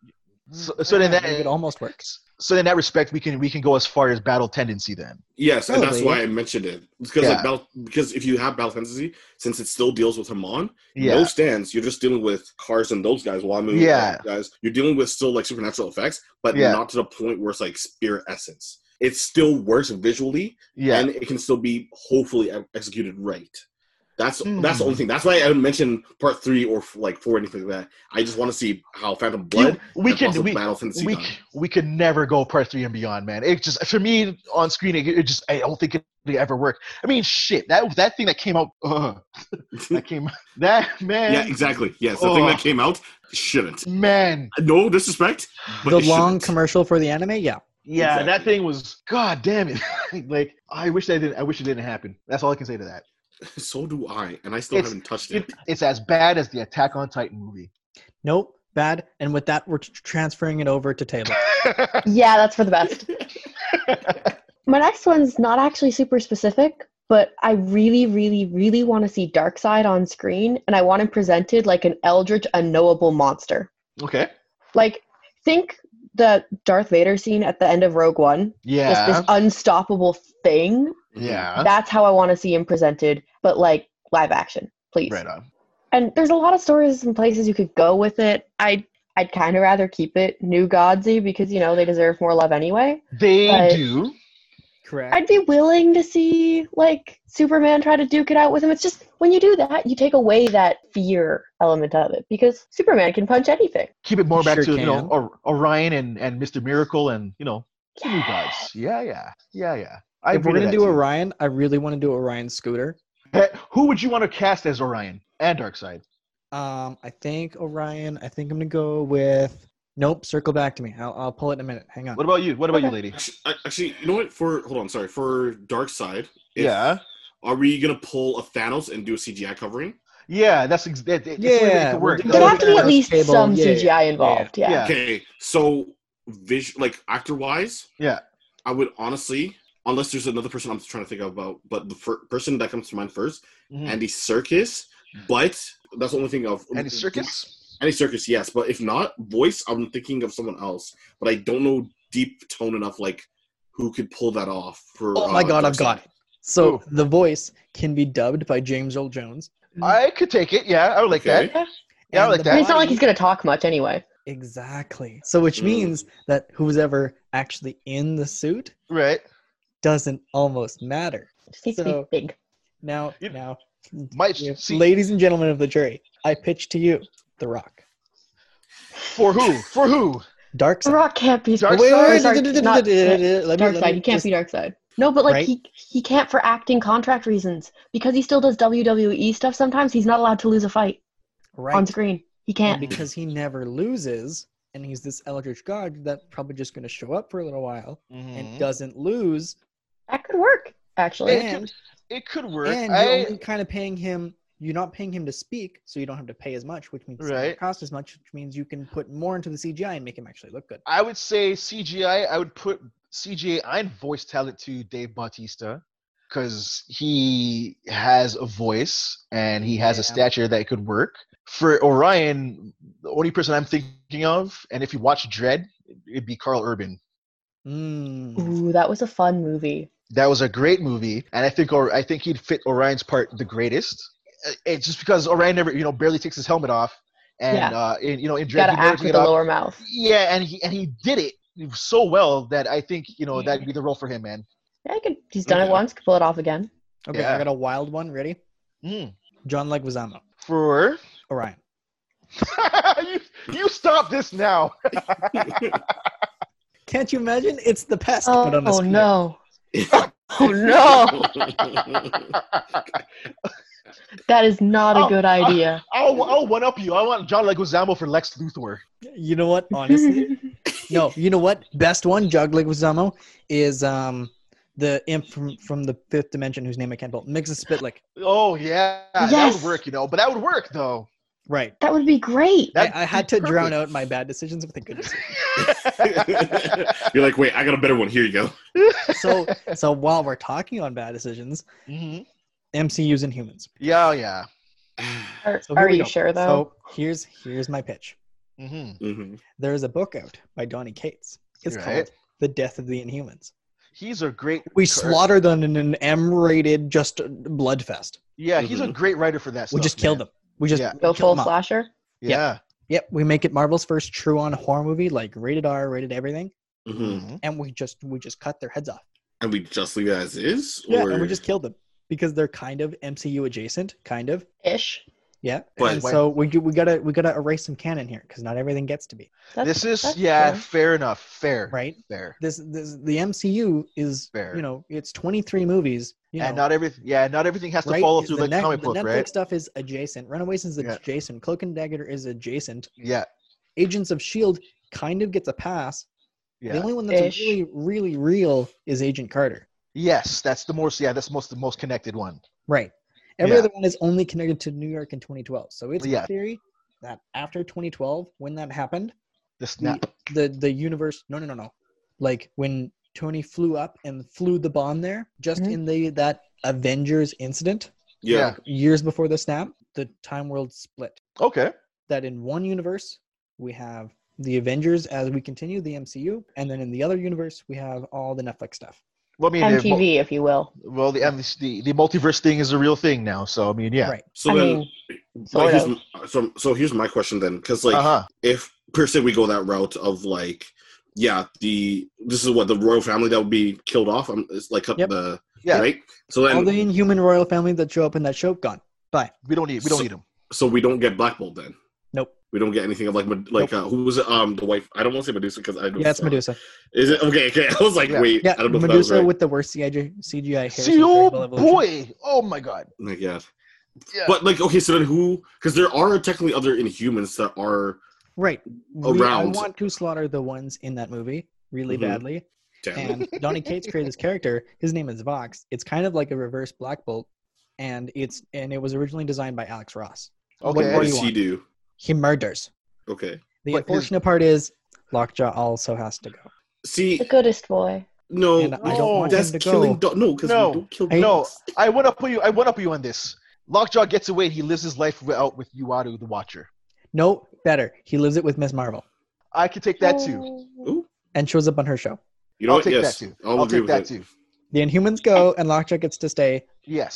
S4: so, so then that
S3: it would almost work
S4: so in that respect, we can we can go as far as battle tendency then.
S1: Yes, and that's
S3: Probably.
S1: why I mentioned it because
S4: Yeah.
S1: like battle, because if you have battle fantasy, since it still deals with Hamon,
S4: Yeah.
S1: no stands. You're just dealing with cars and those guys. While moving,
S4: Yeah.
S1: guys, you're dealing with still like supernatural effects, but
S4: Yeah.
S1: not to the point where it's like spirit essence. It still works visually,
S4: yeah.
S1: and it can still be hopefully e- executed right. That's
S4: Hmm.
S1: that's the only thing. That's why I haven't mentioned part three or like four or anything like that. I just want to see how Phantom Blood
S4: You- we
S1: and
S4: can
S1: also
S4: we,
S1: Battle Fantasy
S4: we,
S1: Dawn.
S4: c- we could never go part three and beyond, man. It just for me on screen, it, it just I don't think it would ever work. I mean, shit, that that thing that came out, uh, that came *laughs* that
S1: *laughs*
S4: man,
S1: yeah, exactly. Yes, the thing
S4: Oh.
S1: that came out shouldn't.
S4: man,
S1: No disrespect. But
S3: the
S1: it
S3: long
S1: shouldn't.
S3: commercial for the anime, yeah.
S4: yeah, that
S1: Exactly.
S4: thing was god damn it. *laughs* like I wish that didn't, I wish it didn't happen. That's all I can say to that.
S1: So do I, and I still
S4: It's-
S1: haven't touched it.
S4: It, it's as bad as the Attack on Titan movie.
S3: Nope, bad. And with that, we're t- transferring it over to
S4: *laughs*
S3: Taylor.
S2: Yeah, that's for the best. My next one's not actually super specific, but I really, really, really want to see Darkseid on screen, and I want him presented like an eldritch, unknowable monster.
S4: *laughs* okay.
S2: Like, think the Darth Vader scene at the end of Rogue One, just
S4: Yeah.
S2: this unstoppable thing.
S4: Yeah.
S2: That's how I want to see him presented, but like live action, please.
S4: Right on.
S2: And there's a lot of stories and places you could go with it. I'd, I'd kind of rather keep it New Godsy because, you know, they deserve more love anyway.
S4: They
S2: But-
S4: do.
S3: Correct.
S2: I'd be willing to see like Superman try to duke it out with him. It's just when you do that, you take away that fear element of it because Superman can punch anything.
S4: Keep it more back
S3: Sure
S4: to you know
S3: can.
S4: Or- Orion and, and Mr. Miracle and you know you
S2: Yeah.
S4: guys. Yeah, yeah, yeah, yeah. I
S3: if
S4: agree
S3: we're
S4: to
S3: gonna
S4: that
S3: do
S4: too.
S3: Orion, I really want to do Orion Scooter.
S4: Hey, Who would you want to cast as Orion and Darkseid?
S3: Um, I think Orion. I think I'm gonna go with. Nope. Circle back to me. I'll, I'll pull it in a minute. Hang on.
S4: What about you? What about you,
S2: Okay.
S4: lady?
S1: Actu- Actually, you know what? For hold on, sorry. For Dark Side,
S4: Yeah,
S1: Are we gonna pull a Thanos and do a CGI covering?
S4: yeah. That's ex- that, that- that's the way that
S3: Yeah,
S4: it could
S3: we'll
S4: work.
S3: do
S2: There'd
S3: Oh,
S2: have to be
S3: yeah.
S2: at least
S3: Cable,
S2: some
S3: yeah, yeah,
S2: CGI involved. Yeah.
S4: yeah.
S1: Okay, so vis- like actor wise,
S4: Yeah.
S1: I would honestly, unless there's another person I'm trying to think about, but the fir- person that comes to mind first,
S4: Mhm.
S1: Andy Circus. But that's the only thing of mm,
S4: Andy Circus.
S1: Andy Circus, yes. But if not voice, I'm thinking of someone else. But I don't know deep tone enough, like who could pull that off. For
S3: Oh my
S1: uh,
S3: God, I've
S1: Darkseid.
S3: got it. So
S4: Who?
S3: the voice can be dubbed by James Earl Jones.
S4: I could take it. Yeah, I would like
S1: Okay.
S4: that. Yeah, I
S3: And
S4: like
S3: the
S2: I mean, it's
S4: that.
S2: not like he's gonna talk much anyway.
S3: Exactly. So which
S1: Mm.
S3: means that who's ever actually in the suit
S4: Right.
S3: doesn't almost matter.
S2: Just needs to
S3: So-
S2: be big.
S3: Now,
S4: You-
S3: now,
S4: My
S3: you-
S4: see,
S3: ladies and gentlemen of the jury, I pitch to you, The Rock,
S4: for who? For who?
S3: Dark
S2: The
S3: Side.
S2: Rock can't be
S4: Dark
S3: wait,
S4: Side?
S3: wait,
S2: Dark-
S3: wait, d- d- d-
S2: not-
S3: d- d- d- let me-
S2: Dark
S3: let
S2: Side.
S3: me
S2: He can't
S3: just-
S2: be Dark Side. No, but like
S3: Right?
S2: he he can't for acting contract reasons because he still does WWE stuff. Sometimes he's not allowed to lose a fight
S3: right.
S2: on screen. He
S3: And
S2: can't.
S3: because he never loses, and he's this eldritch god that's probably just going to show up for a little while
S4: Mm-hmm.
S3: and doesn't lose,
S2: That could work actually.
S4: Yeah.
S3: and
S4: It could work.
S3: and
S4: I-
S3: you're only kind of paying him. You're not paying him to speak, so you don't have to pay as much, which means it
S4: Right.
S3: doesn't cost as much, which means you can put more into the CGI and make him actually look good.
S4: I would say CGI. I would put CGI and voice talent to Dave Bautista because he has a voice and he has
S3: Yeah.
S4: a stature that could work. For Orion, the only person I'm thinking of, and if you watch Dread, it'd be Carl Urban.
S3: Mm.
S2: Ooh, that was a fun movie.
S4: That was a great movie, and I think or I think he'd fit Orion's part the greatest. Uh, It's just because Orion never, you know, barely takes his helmet off, and
S2: Yeah.
S4: uh, in, you know, in Dread,
S2: Got
S4: he
S2: to
S4: never
S2: act
S4: took
S2: with
S4: it
S2: the
S4: off.
S2: lower mouth.
S4: Yeah, and he and he did it so well that I think you know that'd be the role for him, man.
S2: Yeah, I could. He's done
S1: Okay.
S2: it once. Could pull it off again.
S3: Okay,
S4: Yeah.
S3: I got a wild one. Ready?
S4: Mm.
S3: John Leguizamo,
S4: For *laughs*
S3: Orion.
S4: you, you stop this now.
S3: Can't you imagine? It's the pest. but on the
S2: Oh
S3: screen.
S2: no! Oh no! That is not
S4: Oh,
S2: a good idea.
S4: *laughs* I'll I'll one up you. I want John Leguizamo for Lex Luthor.
S3: You know what? *laughs*
S2: *laughs*
S3: Honestly,
S4: *laughs*
S3: no. You know what? Best one, John Leguizamo, is um the imp from, from the fifth dimension whose name I can't spell. Mixes Spitlick.
S4: Oh yeah, that would
S2: Yes.
S4: work, you know. But that would work *laughs* though.
S3: Right.
S2: that would be great.
S4: That'd
S3: I, I had
S4: be
S3: to drown
S4: perfect.
S3: out my bad decisions with a good decision.
S1: *laughs* You're like, wait, I got a better one. Here you go.
S3: So,
S4: *laughs*
S3: so while we're talking on bad decisions,
S4: Mhm.
S3: MCU's and humans.
S4: Yeah, yeah.
S2: Are,
S3: So here
S2: are
S3: we
S2: you
S3: go.
S2: sure though?
S3: So here's here's my pitch.
S4: hmm
S1: Mhm.
S3: There is a book out by Donnie Cates. It's
S4: Right.
S3: called The Death of the Inhumans.
S4: He's a great.
S3: We
S4: cur-
S3: slaughter them in an M-rated just bloodfest.
S4: Yeah, he's a
S1: Mhm.
S4: great writer for that.
S3: We
S4: stuff,
S3: just kill
S4: man.
S3: them. We just
S4: Yeah.
S2: Go
S3: kill
S2: full
S3: them up.
S2: slasher.
S4: Yeah.
S3: Yep. We make it Marvel's first true on horror movie, like rated R, rated everything,
S1: Mhm.
S4: Mhm.
S3: and we just we just cut their heads off.
S1: And we just leave it as is.
S3: Yeah,
S1: or-
S3: and we just killed them. because they're kind of MCU adjacent, kind of.
S2: ish.
S3: Yeah.
S1: But-
S3: and so we we gotta we gotta erase some canon here because not everything gets to be
S2: That's,
S4: this is
S2: that's
S4: yeah,
S2: fair.
S4: fair enough, fair,
S3: right.
S4: fair,
S3: This this the MCU is
S4: Fair.
S3: you know it's 23 movies. You
S4: and
S3: know,
S4: not everything. Yeah, not everything has to
S3: right?
S4: follow
S3: Is
S4: through
S3: the
S4: like
S3: Net-
S4: comic
S3: the
S4: book,
S3: Netflix
S4: right?
S3: stuff is adjacent. Runaways is
S4: Yeah.
S3: adjacent. Cloak and Dagger is adjacent.
S4: Yeah,
S3: Agents of Shield E kind of gets a pass. The
S4: yeah.
S3: only one that's
S2: Ish.
S3: really really real is Agent Carter.
S4: Yes, that's the most. Yeah, that's most the most connected one.
S3: Right. Every
S4: Yeah.
S3: other one is only connected to New York in 2012. So it's
S4: Yeah.
S3: a theory that after 2012, when that happened,
S4: The snap.
S3: the the universe no no no no like when tony flew up and flew the bomb there just
S4: Mm-hmm.
S2: Mhm.
S3: in the that avengers incident
S1: Yeah.
S3: years before the snap the time world split
S4: Okay.
S3: that in one universe we have the avengers as we continue the mcu and then in the other universe we have all the netflix stuff
S4: Well, I mean, they've mul-
S2: MTV, if you will.
S4: well, the, and the the multiverse thing is a real thing now. So I mean, yeah.
S3: right
S1: So
S2: I
S1: then,
S2: mean,
S1: like,
S2: sort
S1: here's,
S2: of.
S1: m- so so here's my question then, because like
S4: uh
S3: Uh-huh.
S4: huh.
S1: if per se we go that route of like, yeah, the this is what the royal family that would be killed off. i it's like cut
S3: Yep.
S1: the
S4: Yeah.
S1: right. So
S3: all
S1: then,
S3: the inhuman royal family that show up in that show gone bye
S4: We don't need we don't
S1: So-
S4: need them.
S1: so we don't get Black Bolt then.
S3: Nope.
S1: We don't get anything of like Med- like uh, who was it? um the wife? I don't want to say Medusa because I don't
S3: yeah that's
S1: know.
S3: medusa
S1: Is it okay? Okay, *laughs* I was like,
S4: Yeah.
S1: wait,
S3: yeah
S1: I don't know if that was
S3: medusa
S1: right.
S3: with the worst cgi cgi hair
S4: See, oh boy! Oh my god!
S1: Oh my God.
S4: Yeah.
S1: But like, okay, so then who? Because there are technically other Inhumans that are
S3: Right. We- I
S1: Around.
S3: want to slaughter the ones in that movie really
S1: Mhm.
S3: badly.
S1: damn.
S3: And Donny Cates created this character. His name is Vox. It's kind of like a reverse Black Bolt, and it's and it was originally designed by Alex Ross. What
S4: Okay.
S3: more
S1: what
S3: do you
S1: does he
S3: want?
S1: do?
S3: He murders.
S1: Okay.
S3: The
S4: But his-
S3: unfortunate part is Lockjaw also has to go.
S1: See,
S2: The goodest boy.
S1: no,
S3: And I don't
S4: no,
S3: want
S1: that's
S3: him to go.
S1: killing. Do- no, because
S4: No.
S1: we don't kill
S3: I-
S4: No,
S1: dogs.
S4: I went up with you. I went up with you on this. Lockjaw gets away. He lives his life out with Uatu, the Watcher.
S3: No, better. He lives it with Miss Marvel
S4: I could take that too.
S2: Oh.
S1: Ooh,
S3: and shows up on her show.
S1: you know
S4: I'll
S1: what?
S4: take
S1: Yes,
S4: that too.
S1: I'll, agree
S4: take
S1: with
S4: that
S1: it.
S4: too.
S3: The Inhumans go, and Lockjaw gets to stay.
S1: *laughs*
S4: Yes.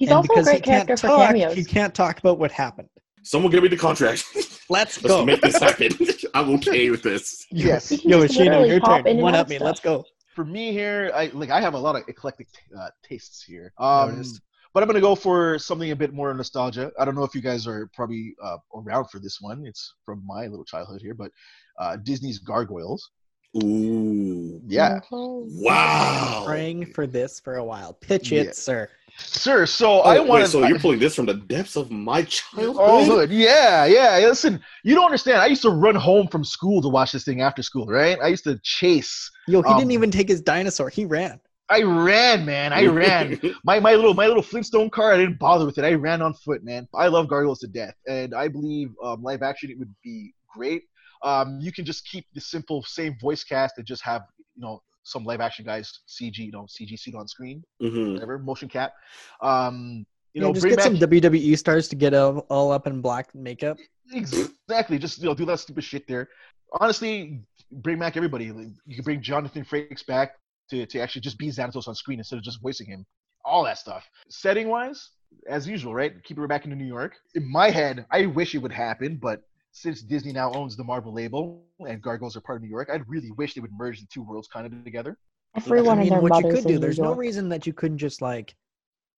S2: He's
S3: and
S2: also a
S3: because
S2: great character for
S3: talk,
S2: cameos.
S3: He can't talk about what happened.
S1: Someone give me the contract. *laughs*
S3: Let's
S1: Let's
S3: go.
S1: make this
S4: *laughs*
S1: happen. I'm okay with this.
S4: Yes.
S2: He can
S3: Yo,
S2: just
S3: Ishino,
S2: literally
S3: your
S2: pop
S3: turn.
S2: in and
S3: One
S2: out
S3: up
S2: of
S3: me.
S2: stuff.
S3: Let's go.
S4: For me here, I like I have a lot of eclectic uh, tastes here. Um,
S3: Noticed.
S4: but I'm gonna go for something a bit more nostalgia. I don't know if you guys are probably uh, around for this one. It's from my little childhood here, but uh, Disney's Gargoyles.
S1: Ooh,
S4: Yeah.
S2: Mhm.
S1: wow.
S3: praying for this for a while. Pitch it,
S4: Oh. Yeah.
S3: sir.
S4: Sir, so
S1: Oh,
S4: I
S1: wait,
S4: want
S1: so you're pulling this from the depths of my childhood?
S4: Oh, *laughs* good. Yeah, yeah. Listen, you don't understand. I used to run home from school to watch this thing after school, right? I used to chase.
S3: Yo, he
S4: Um,
S3: didn't even take his dinosaur. He ran.
S4: I ran,
S1: *laughs*
S4: man. I ran. My my little my little Flintstone car. I didn't bother with it. I ran on foot, man. I love Gargoyles to death, and I believe um, live action it would be great. Um, you can just keep the simple same voice cast and just have you know some live action guys CG, you know CG suit on screen,
S1: Mhm.
S4: whatever motion cap. Um, you
S3: You know,
S4: know,
S3: Mm. just
S4: bring
S3: get
S4: back-
S3: some WWE stars to get all, all up in black makeup.
S4: Exactly. Just you know, do that stupid shit there. Honestly, bring back everybody. Like, You can bring Jonathan Frakes back to, to actually just be Xanatos on screen instead of just voicing him. All that stuff. Setting wise, as usual, right? Keep it back into New York. In my head, I wish it would happen, but since Disney now owns the Marvel label and Gargoyles are part of New York, I really wish they would merge the two worlds kind of together.
S2: Everyone
S3: I
S2: and
S3: mean,
S2: their
S3: what
S2: mothers
S3: you could
S2: in
S3: do,
S2: New
S3: there's no
S2: York.
S3: reason that you couldn't just like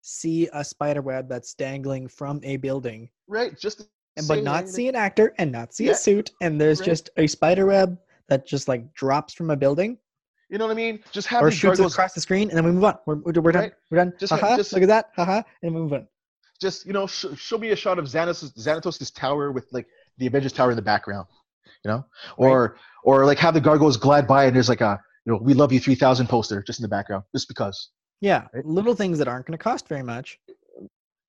S3: see a spider web that's dangling from a building,
S4: Right? Just the
S3: and but
S4: same
S3: not
S4: way
S3: see an actor and not see
S4: Yeah.
S3: a suit, and there's
S4: Right.
S3: just a spider web that just like drops from a building
S4: that- You know what I mean? Just have
S3: or
S4: these
S3: shoots
S4: gargoyles
S3: across the screen, and then we move on. We're, we're, we're done.
S4: Right.
S3: We're done.
S4: Just-
S3: haha,
S4: just-
S3: look at that. Haha, and we move on.
S4: just you know sh- show me a shot of Xanatos Xanatos' tower with like the Avengers tower in the background, you know, or or like have the gargoyles glide by and there's like a you know we love you three thousand poster just in the background just because,
S3: Yeah,
S4: Right.
S3: little things that aren't going to cost very much.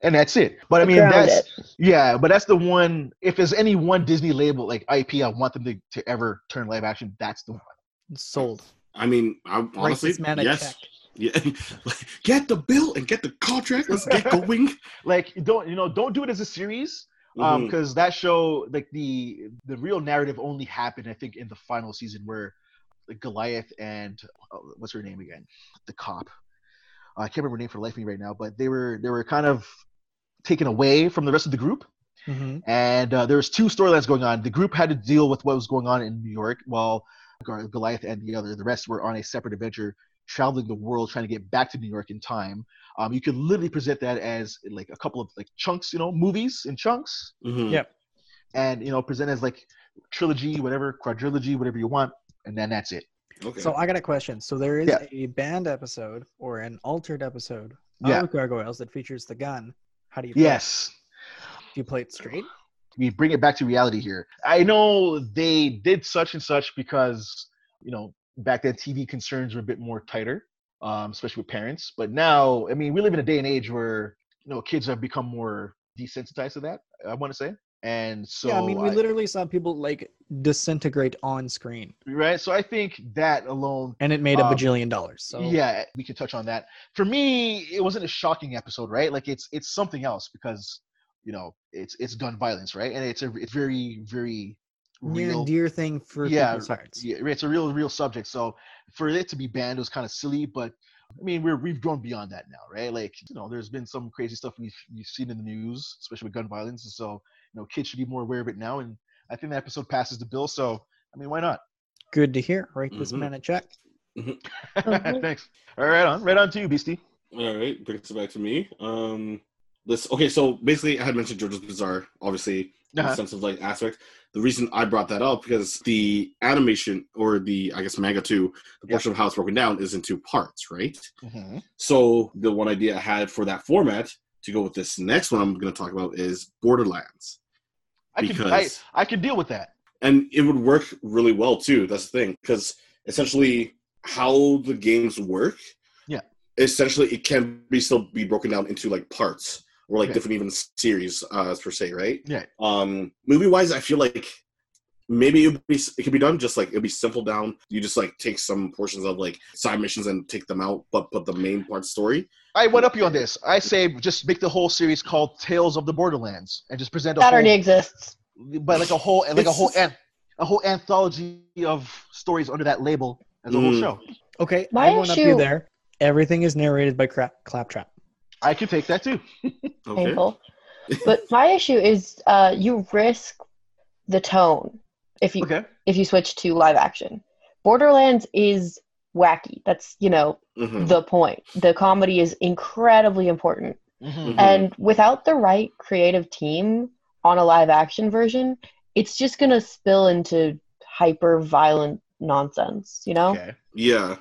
S4: and that's it. But I mean
S2: Ground
S4: that's
S2: it.
S4: yeah, but that's the one. If there's any one Disney label like IP I want them to, to ever turn live action, that's the one.
S3: Sold.
S1: I mean, I
S3: Write
S1: honestly,
S3: this man a
S1: yes,
S3: check.
S1: yeah. *laughs* Like, get the bill and get the contract. Let's
S4: *laughs*
S1: get going.
S4: Like don't you know don't do it as a series. um
S1: Mhm.
S4: because that show like the the real narrative only happened i think in the final season where like, goliath and oh, what's her name again the cop Uh, i can't remember her name for the life of me right now but they were they were kind of taken away from the rest of the group
S3: Mhm.
S4: and uh, there was two storylines going on the group had to deal with what was going on in new york while Gar- goliath and the other the rest were on a separate adventure traveling the world trying to get back to New York in time. Um, you could literally present that as like a couple of like chunks, you know, movies in chunks,
S1: Mhm.
S3: Yeah.
S4: and you know, present as like trilogy, whatever, quadrilogy, whatever you want, and then that's it.
S1: Okay.
S3: So I got a question. So there is
S4: Yeah.
S3: a banned episode or an altered episode
S4: Yeah.
S3: of Gargoyles that features the gun. How do you play it?
S4: Yes.
S3: Do you play it straight?
S4: we bring it back to reality here. I know they did such and such because you know back then TV concerns were a bit more tighter, um, especially with parents. But now, I mean, we live in a day and age where you know kids have become more desensitized to that. I want to say, and so
S3: yeah, I mean, we literally saw people like disintegrate on screen,
S4: right. So I think that alone
S3: and it made a
S4: Um,
S3: bajillion dollars. So
S4: yeah we can touch on that for me it wasn't a shocking episode right like it's it's something else because you know it's it's gun violence right and it's a it's very very
S3: near
S4: real
S3: and dear thing for
S4: Yeah,
S3: people's hearts.
S4: yeah it's a real real subject so for it to be banned was kind of silly but i mean we're, we've grown beyond that now right like you know there's been some crazy stuff we've, we've seen in the news especially with gun violence and so you know kids should be more aware of it now and i think that episode passes the bill so i mean why not *laughs*
S3: Good to hear. Right this
S4: Mm-hmm.
S1: Mhm.
S3: man a check.
S2: Mhm.
S4: thanks all right on right on to you beastie
S1: All right, brings it back to me. Um, this okay. So basically, I had mentioned George's Bizarre, obviously, in
S4: *laughs* Uh-huh.
S1: the sense of like aspect. The reason I brought that up because the animation or the I guess manga two, the
S4: Yeah.
S1: portion of how it's broken down is in two parts, right?
S4: Mhm.
S1: So the one idea I had for that format to go with this next one I'm going to talk about is Borderlands,
S4: I could I,
S1: Because-
S4: I could deal with that.
S1: and it would work really well too. That's the thing because essentially how the games work.
S4: Yeah.
S1: Essentially, it can be still be broken down into like parts or like
S4: Okay.
S1: different even series uh, per se, right?
S4: Yeah.
S1: um movie wise i feel like maybe it would be it could be done just like it'd be simple down you just like take some portions of like side missions and take them out but put the main part story
S4: I went up you on this. I say just make the whole series called Tales of the Borderlands and just present a
S2: That
S4: whole,
S2: already exists.
S4: but like a whole like a whole an, a whole anthology of stories under that label as a whole
S1: Mm.
S4: show.
S3: Okay,
S2: My
S3: I went up you
S2: issue-
S3: there. Everything is narrated by Crap Claptrap.
S4: I could take that too.
S2: Painful.
S4: *laughs*
S2: But my issue is uh, you risk the tone if you
S4: Okay.
S2: if you switch to live action. Borderlands is wacky. That's, you know,
S4: Hmm.
S1: Mhm.
S2: the point. The comedy is incredibly important.
S4: Mhm.
S2: And without the right creative team on a live action version, it's just going to spill into hyper violent nonsense, you know?
S4: Okay.
S1: yeah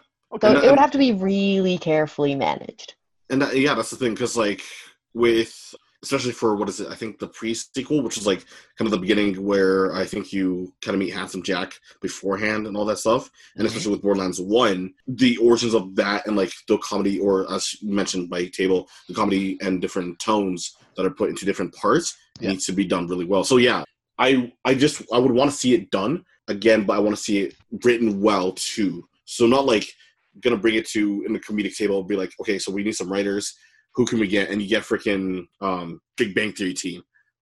S2: So
S4: Okay.
S1: And,
S2: it would
S1: uh,
S2: have to be really carefully managed.
S1: and that, yeah that's the thing because like with especially for what is it i think the pre-sequel which is like kind of the beginning where i think you kind of meet handsome jack beforehand and all that stuff
S3: Mm-hmm.
S1: and
S4: Mhm.
S1: especially with borderlands 1 the origins of that and like the comedy or as mentioned by table the comedy and different tones that are put into different parts
S4: Yeah.
S1: needs to be done really well so yeah i i just i would want to see it done again but i want to see it written well too so not like gonna bring it to in the comedic table be like okay so we need some writers who can we get and you get freaking um big bang theory team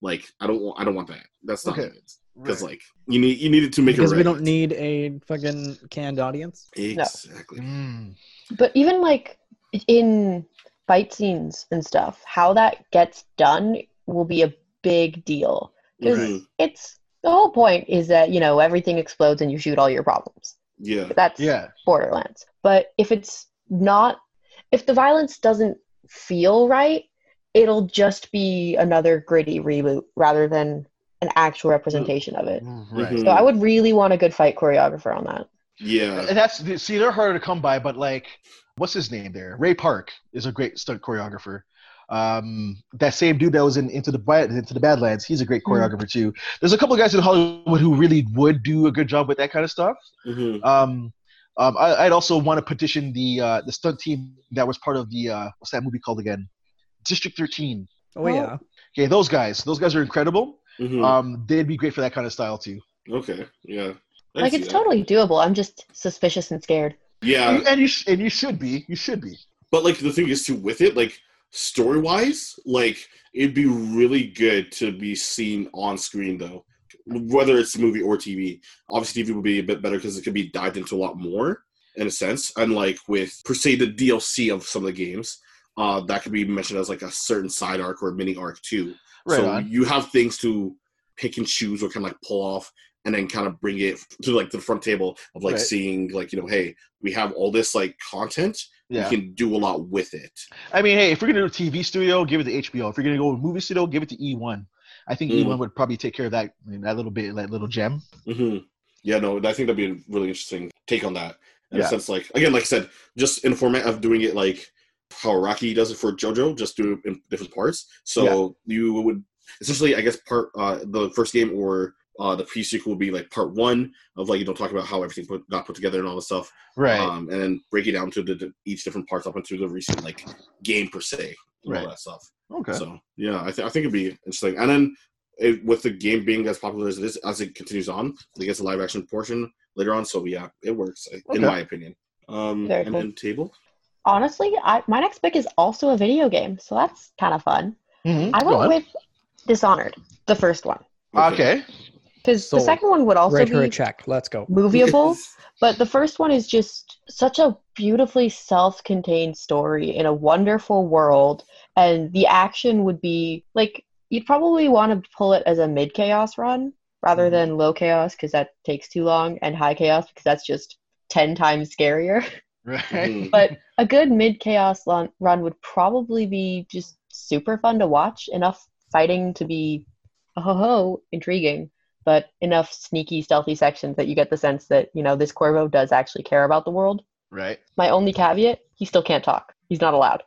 S1: like i don't want i don't want that that's not
S4: Okay.
S1: good because
S4: Right.
S1: like you need you needed to make
S3: Because
S1: it
S3: we don't
S1: right.
S3: need a fucking canned audience.
S1: exactly
S4: Mm.
S2: But even like in fight scenes and stuff, how that gets done will be a big deal. Because
S1: Mhm.
S2: it's the whole point is that, you know, everything explodes and you shoot all your problems.
S1: yeah
S2: That's
S4: Yeah.
S2: Borderlands. But if it's not, if the violence doesn't feel right, it'll just be another gritty reboot rather than an actual representation of it.
S4: Right.
S1: Mhm.
S2: So I would really want a good fight choreographer on that.
S1: yeah
S4: And that's see, they're harder to come by, but like, what's his name there? Ray Park is a great stunt choreographer. Um, that same dude that was in Into the Bi- Into the Badlands, he's a great choreographer too. There's a couple of guys in Hollywood who really would do a good job with that kind of stuff.
S1: Mhm.
S4: Um, um, I, I'd also want to petition the uh, the stunt team that was part of the uh, what's that movie called again? District 13.
S3: Oh
S2: Well-
S3: yeah.
S4: Okay, those guys, those guys are incredible.
S1: Mhm.
S4: Um, they'd be great for that kind of style too.
S1: okay. Yeah. I
S2: Like
S1: see
S2: it's
S1: that.
S2: totally doable. I'm just suspicious and scared.
S1: Yeah,
S4: and you sh- and you should be, you should be.
S1: but like the thing is too with it, like story wise, like it'd be really good to be seen on screen though, whether it's movie or TV. Obviously, TV would be a bit better because it could be dived into a lot more in a sense. And like with per se the DLC of some of the games, uh, that could be mentioned as like a certain side arc or mini arc too.
S4: Right
S1: so
S4: on.
S1: you have things to pick and choose or kind of like pull off and then kind of bring it to like the front table of like
S4: Right.
S1: seeing like you know hey we have all this like content
S4: Yeah.
S1: we can do a lot with it
S4: I mean, hey, if we're gonna do a TV studio, give it to HBO. If you're gonna go with movie studio, give it to E1. I think
S1: Mhm.
S4: E1 would probably take care of that I mean, that little bit, that little gem.
S1: hmm yeah no I think that'd be a really interesting take on that in
S4: Yeah.
S1: a sense like again like I said just in the format of doing it like how Rocky does it for JoJo just do it in different parts so you would essentially I guess part uh the first game or uh, the pre-sequel would be like part one of like you know talking about how everything put, got put together and all this stuff
S4: Right.
S1: um, and then break it down to the, the- each different parts up into the recent like game per se, and
S4: Right.
S1: all that stuff.
S4: Uh, okay.
S1: So yeah, I, th- I think it'd be interesting. And then it, with the game being as popular as it is, as it continues on, it gets a live action portion later on. So yeah, it works in
S4: Okay.
S1: my opinion. Um,
S2: Very
S1: and
S2: cool.
S1: then table.
S2: Honestly, I, my next pick is also a video game, so that's kind of fun.
S4: Mhm,
S2: I
S4: go
S2: went
S4: on.
S2: with Dishonored, the first one,
S4: mm-hmm. Okay.
S2: because the
S3: Sold.
S2: second one would also
S3: Write
S2: be
S3: her a check. Let's go.
S1: *laughs*
S2: movieable. But the first one is just such a beautifully self contained story in a wonderful world. And the action would be like, you'd probably want to pull it as a mid chaos run rather than low chaos because that takes too long, and high chaos because that's just 10 times scarier.
S4: Right.
S1: Mhm.
S2: but a good mid chaos run run would probably be just super fun to watch. Enough fighting to be, oh ho ho, intriguing, but enough sneaky, stealthy sections that you get the sense that you know this Corvo does actually care about the world.
S4: Right.
S2: My only caveat: he still can't talk. He's not allowed.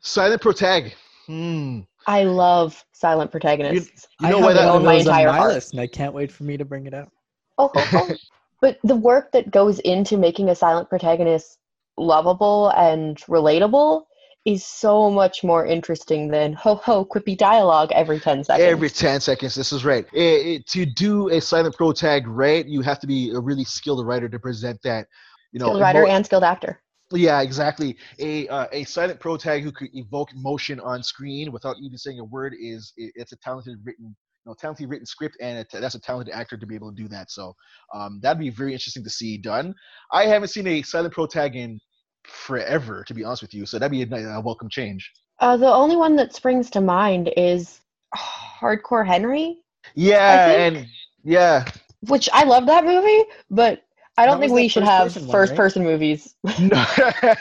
S4: Silent Protag. Hmm.
S2: I love silent protagonists.
S4: You know
S3: I
S4: why
S3: have
S4: that-
S3: one
S2: on
S3: of
S2: my
S3: those on
S2: entire
S3: my
S2: heart.
S3: list, and I can't wait for me to bring it up.
S2: *laughs* Oh, ho, ho. but the work that goes into making a silent protagonist lovable and relatable is so much more interesting than ho ho quippy dialogue every 10 seconds.
S4: Every 10 seconds, this is right. Eh, eh, to do a silent pro tag right, you have to be a really skilled writer to present that. You know,
S2: skilled writer
S4: emo-
S2: and skilled actor.
S4: yeah, exactly. A uh, a silent pro tag who could evoke emotion on screen without even saying a word is i- it's a talented written, you know, talented written script, and it, that's a talented actor to be able to do that. So um, that'd be very interesting to see done. I haven't seen a silent pro tag in forever, to be honest with you. So that'd be a, ni- a welcome change.
S2: Uh, the only one that springs to mind is Hardcore Henry,
S4: Yeah,
S2: think-
S4: and
S2: *laughs*
S4: yeah, *laughs*
S2: which I love that movie, but I don't
S3: That
S2: think
S3: was
S2: we
S3: that
S2: should have
S3: first-person
S2: first person
S3: one,
S2: movies. *laughs*
S4: no.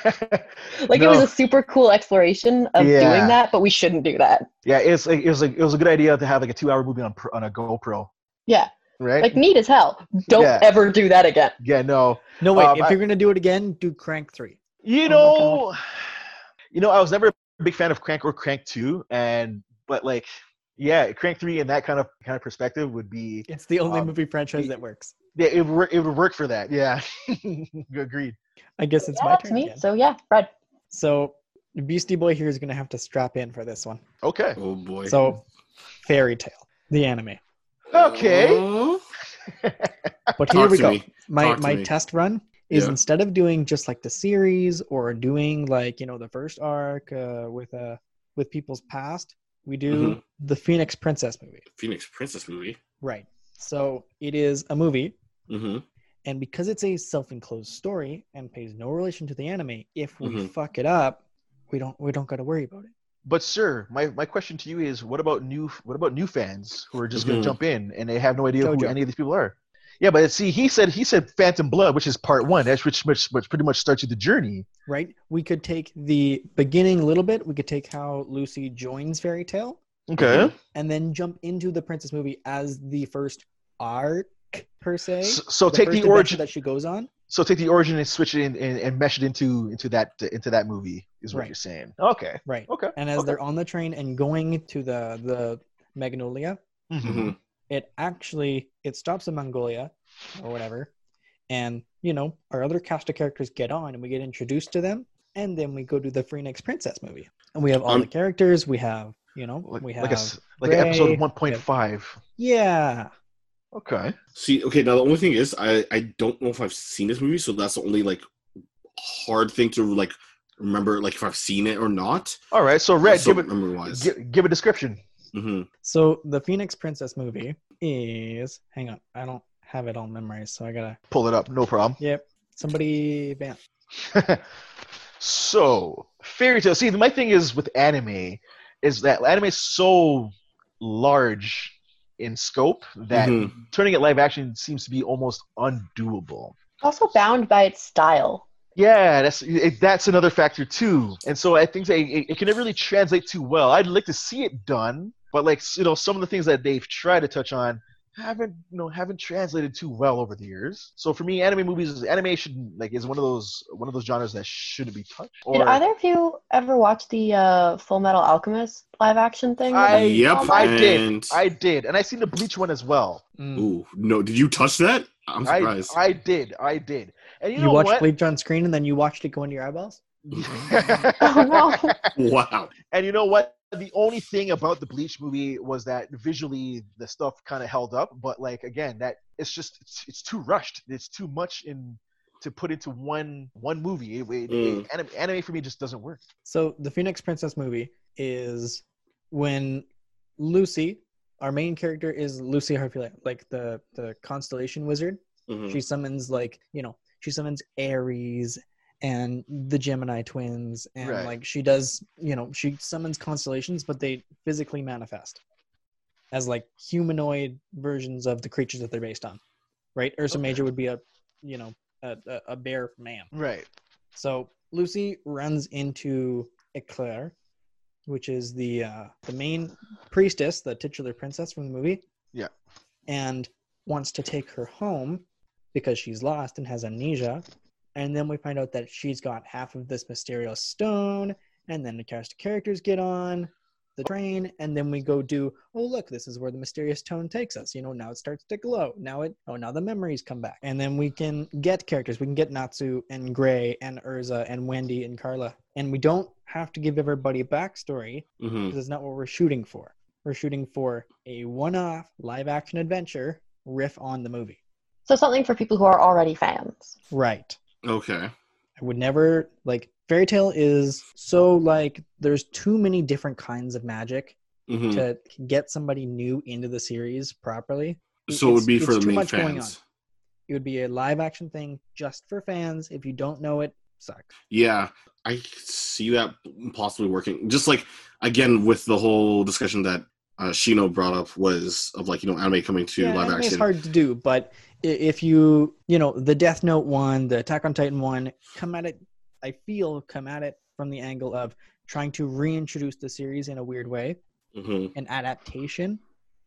S2: Like
S4: No.
S2: it was a super cool exploration of
S4: Yeah.
S2: doing that, but we shouldn't do that.
S4: Yeah, it's like, it was like it was a good idea to have like a two-hour movie on pr- on a GoPro,
S2: Yeah.
S4: right?
S2: Like neat as hell. Don't
S4: Yeah.
S2: ever do that again.
S4: yeah, no,
S3: No, wait.
S2: Uh,
S4: Um,
S3: if
S4: I-
S3: you're gonna do it again, do Crank Three.
S4: you
S2: my
S4: know, *sighs* you know, I was never a big fan of Crank or Crank Two, and but like, yeah, Crank Three and that kind of kind of perspective would be
S3: It's the only
S4: Um,
S3: movie franchise
S4: y-
S3: that works.
S4: yeah, it would wor- it would work for that. Yeah, *laughs* agreed.
S3: I guess it's
S2: yeah,
S3: my
S2: that's
S3: turn
S2: me.
S3: again.
S2: So yeah, Fred.
S3: So Beastie Boy here is gonna have to strap in for this one.
S4: Okay,
S1: Oh boy.
S3: So Fairy Tale,
S2: *laughs*
S3: the anime.
S4: okay.
S1: Uh,
S3: But here
S1: talk
S3: we
S1: to
S3: go.
S1: me.
S3: my
S1: Talk to
S3: my
S1: me.
S3: test run is
S1: Yeah.
S3: instead of doing just like the series or doing like you know the first arc uh, with uh with people's past we do
S1: Mhm.
S3: the phoenix princess movie
S1: Phoenix Princess movie.
S3: right so it is a movie
S1: hmm
S3: and because it's a self-enclosed story and pays no relation to the anime if we
S4: Mm-hmm.
S1: Mhm.
S3: fuck it up we don't we don't got to worry about it
S4: But sir, my, my question to you is, what about new what about new fans who are just going
S1: Mhm.
S4: to jump in and they have no idea who
S3: Jojo.
S4: any of these people are? Yeah, but see, he said he said Phantom Blood, which is part one. That's which which, which pretty much starts you the journey.
S3: right we could take the beginning a little bit we could take how lucy joins fairy tale
S1: Okay.
S3: and then jump into the princess movie as the first arc per se
S4: So, so
S3: the first
S4: take the
S3: adventure
S4: origin.
S3: that she goes on.
S4: So take the origin and switch it in and, and mesh it into into that into that movie is what
S3: Right.
S4: you're saying. Okay.
S3: Right.
S4: Okay.
S3: And as
S4: Okay.
S3: they're on the train and going to the the Magnolia,
S4: Mm-hmm.
S1: hmm
S3: it actually it stops in Mongolia or whatever. And you know, our other cast of characters get on and we get introduced to them and then we go to the Phoenix Princess movie. And we have all
S1: Um,
S3: the characters, we have, you know,
S4: Like,
S3: we
S4: like,
S3: have
S4: a s like
S3: Ray,
S4: episode 1.5.
S3: Yeah.
S4: Okay.
S1: See, okay. Now the only thing is, I I don't know if I've seen this movie, so that's the only like hard thing to like remember, like if I've seen it or not.
S4: All right. So Red, give it
S1: Remember wise.
S4: give, give a description.
S1: hmm
S3: So the Phoenix Princess movie is hang on, I don't have it all memorized, so I gotta
S4: Pull it up. No problem. *laughs*
S3: Yep. Somebody Van.
S4: so fairy tale. See, my thing is with anime is that anime is so large. in scope that
S1: Mhm.
S4: turning it live action seems to be almost undoable.
S2: Also bound by its style.
S4: Yeah, that's it, that's another factor too. And so I think that it, it can never really translate too well. I'd like to see it done, but like you know, some of the things that they've tried to touch on haven't you know haven't translated too well over the years. So for me, anime movies, animation like is one of those one of those genres that shouldn't be touched.
S2: Did either of you ever watch the uh, Full Metal Alchemist live action thing?
S4: I-
S1: yep.
S4: I did.
S1: and-
S4: I did, and I seen the Bleach one as well.
S3: Mm.
S1: Ooh, no! Did you touch that? I'm
S4: I,
S1: surprised.
S4: I did, I did. And you,
S3: You,
S4: know
S3: watched
S4: what?
S3: Bleach on screen and then you watched it go into your eyeballs?
S4: *laughs*
S2: Oh,
S1: *laughs*
S2: no.
S1: wow.
S4: And you know what? The only thing about the Bleach movie was that visually the stuff kind of held up, but like again, that it's just it's, it's too rushed. It's too much in to put into one one movie. It, it,
S1: Mm.
S4: anime, anime for me just doesn't work.
S3: So the Phoenix Princess movie is when Lucy, our main character is Lucy Harpy, like the the constellation wizard.
S1: Mhm.
S4: Hmm.
S3: She summons like you know she summons Aries and the Gemini twins, and
S4: Right.
S3: like she does you know she summons constellations, but they physically manifest as like humanoid versions of the creatures that they're based on, right? Ursa
S4: Okay.
S3: Major would be a you know a, a, a bear man.
S4: Right.
S3: So Lucy runs into Eclair, which is the uh, the main priestess, the titular princess from the movie.
S4: Yeah.
S3: And wants to take her home because she's lost and has amnesia. And then we find out that she's got half of this mysterious stone. And then the cast of characters get on the train. And then we go do, oh, look, this is where the mysterious stone takes us. You know, now it starts to glow. Now it, oh, now the memories come back. And then we can get characters. We can get Natsu and Gray and Urza and Wendy and Carla. And we don't have to give everybody a backstory
S1: Mhm.
S3: because it's not what we're shooting for. We're shooting for a one-off live-action adventure riff on the movie.
S2: so something for people who are already fans.
S3: Right.
S1: Okay.
S3: I would never like fairy tale is so like there's too many different kinds of magic
S1: Mhm.
S3: to get somebody new into the series properly.
S1: So it
S3: It's-
S1: would be
S3: it's
S1: for the
S3: too
S1: main
S3: much going
S1: fans.
S3: It would be a live-action thing just for fans. If you don't know it, sucks.
S1: Yeah, I see that possibly working. Just like again with the whole discussion that uh, Shino brought up was of like you know anime coming to
S3: yeah,
S1: live
S3: anime is
S1: action.
S3: hard to do, but i- if you you know the Death Note one, the Attack on Titan one, come at it. I feel come at it from the angle of trying to reintroduce the series in a weird way,
S1: hmm
S3: an adaptation,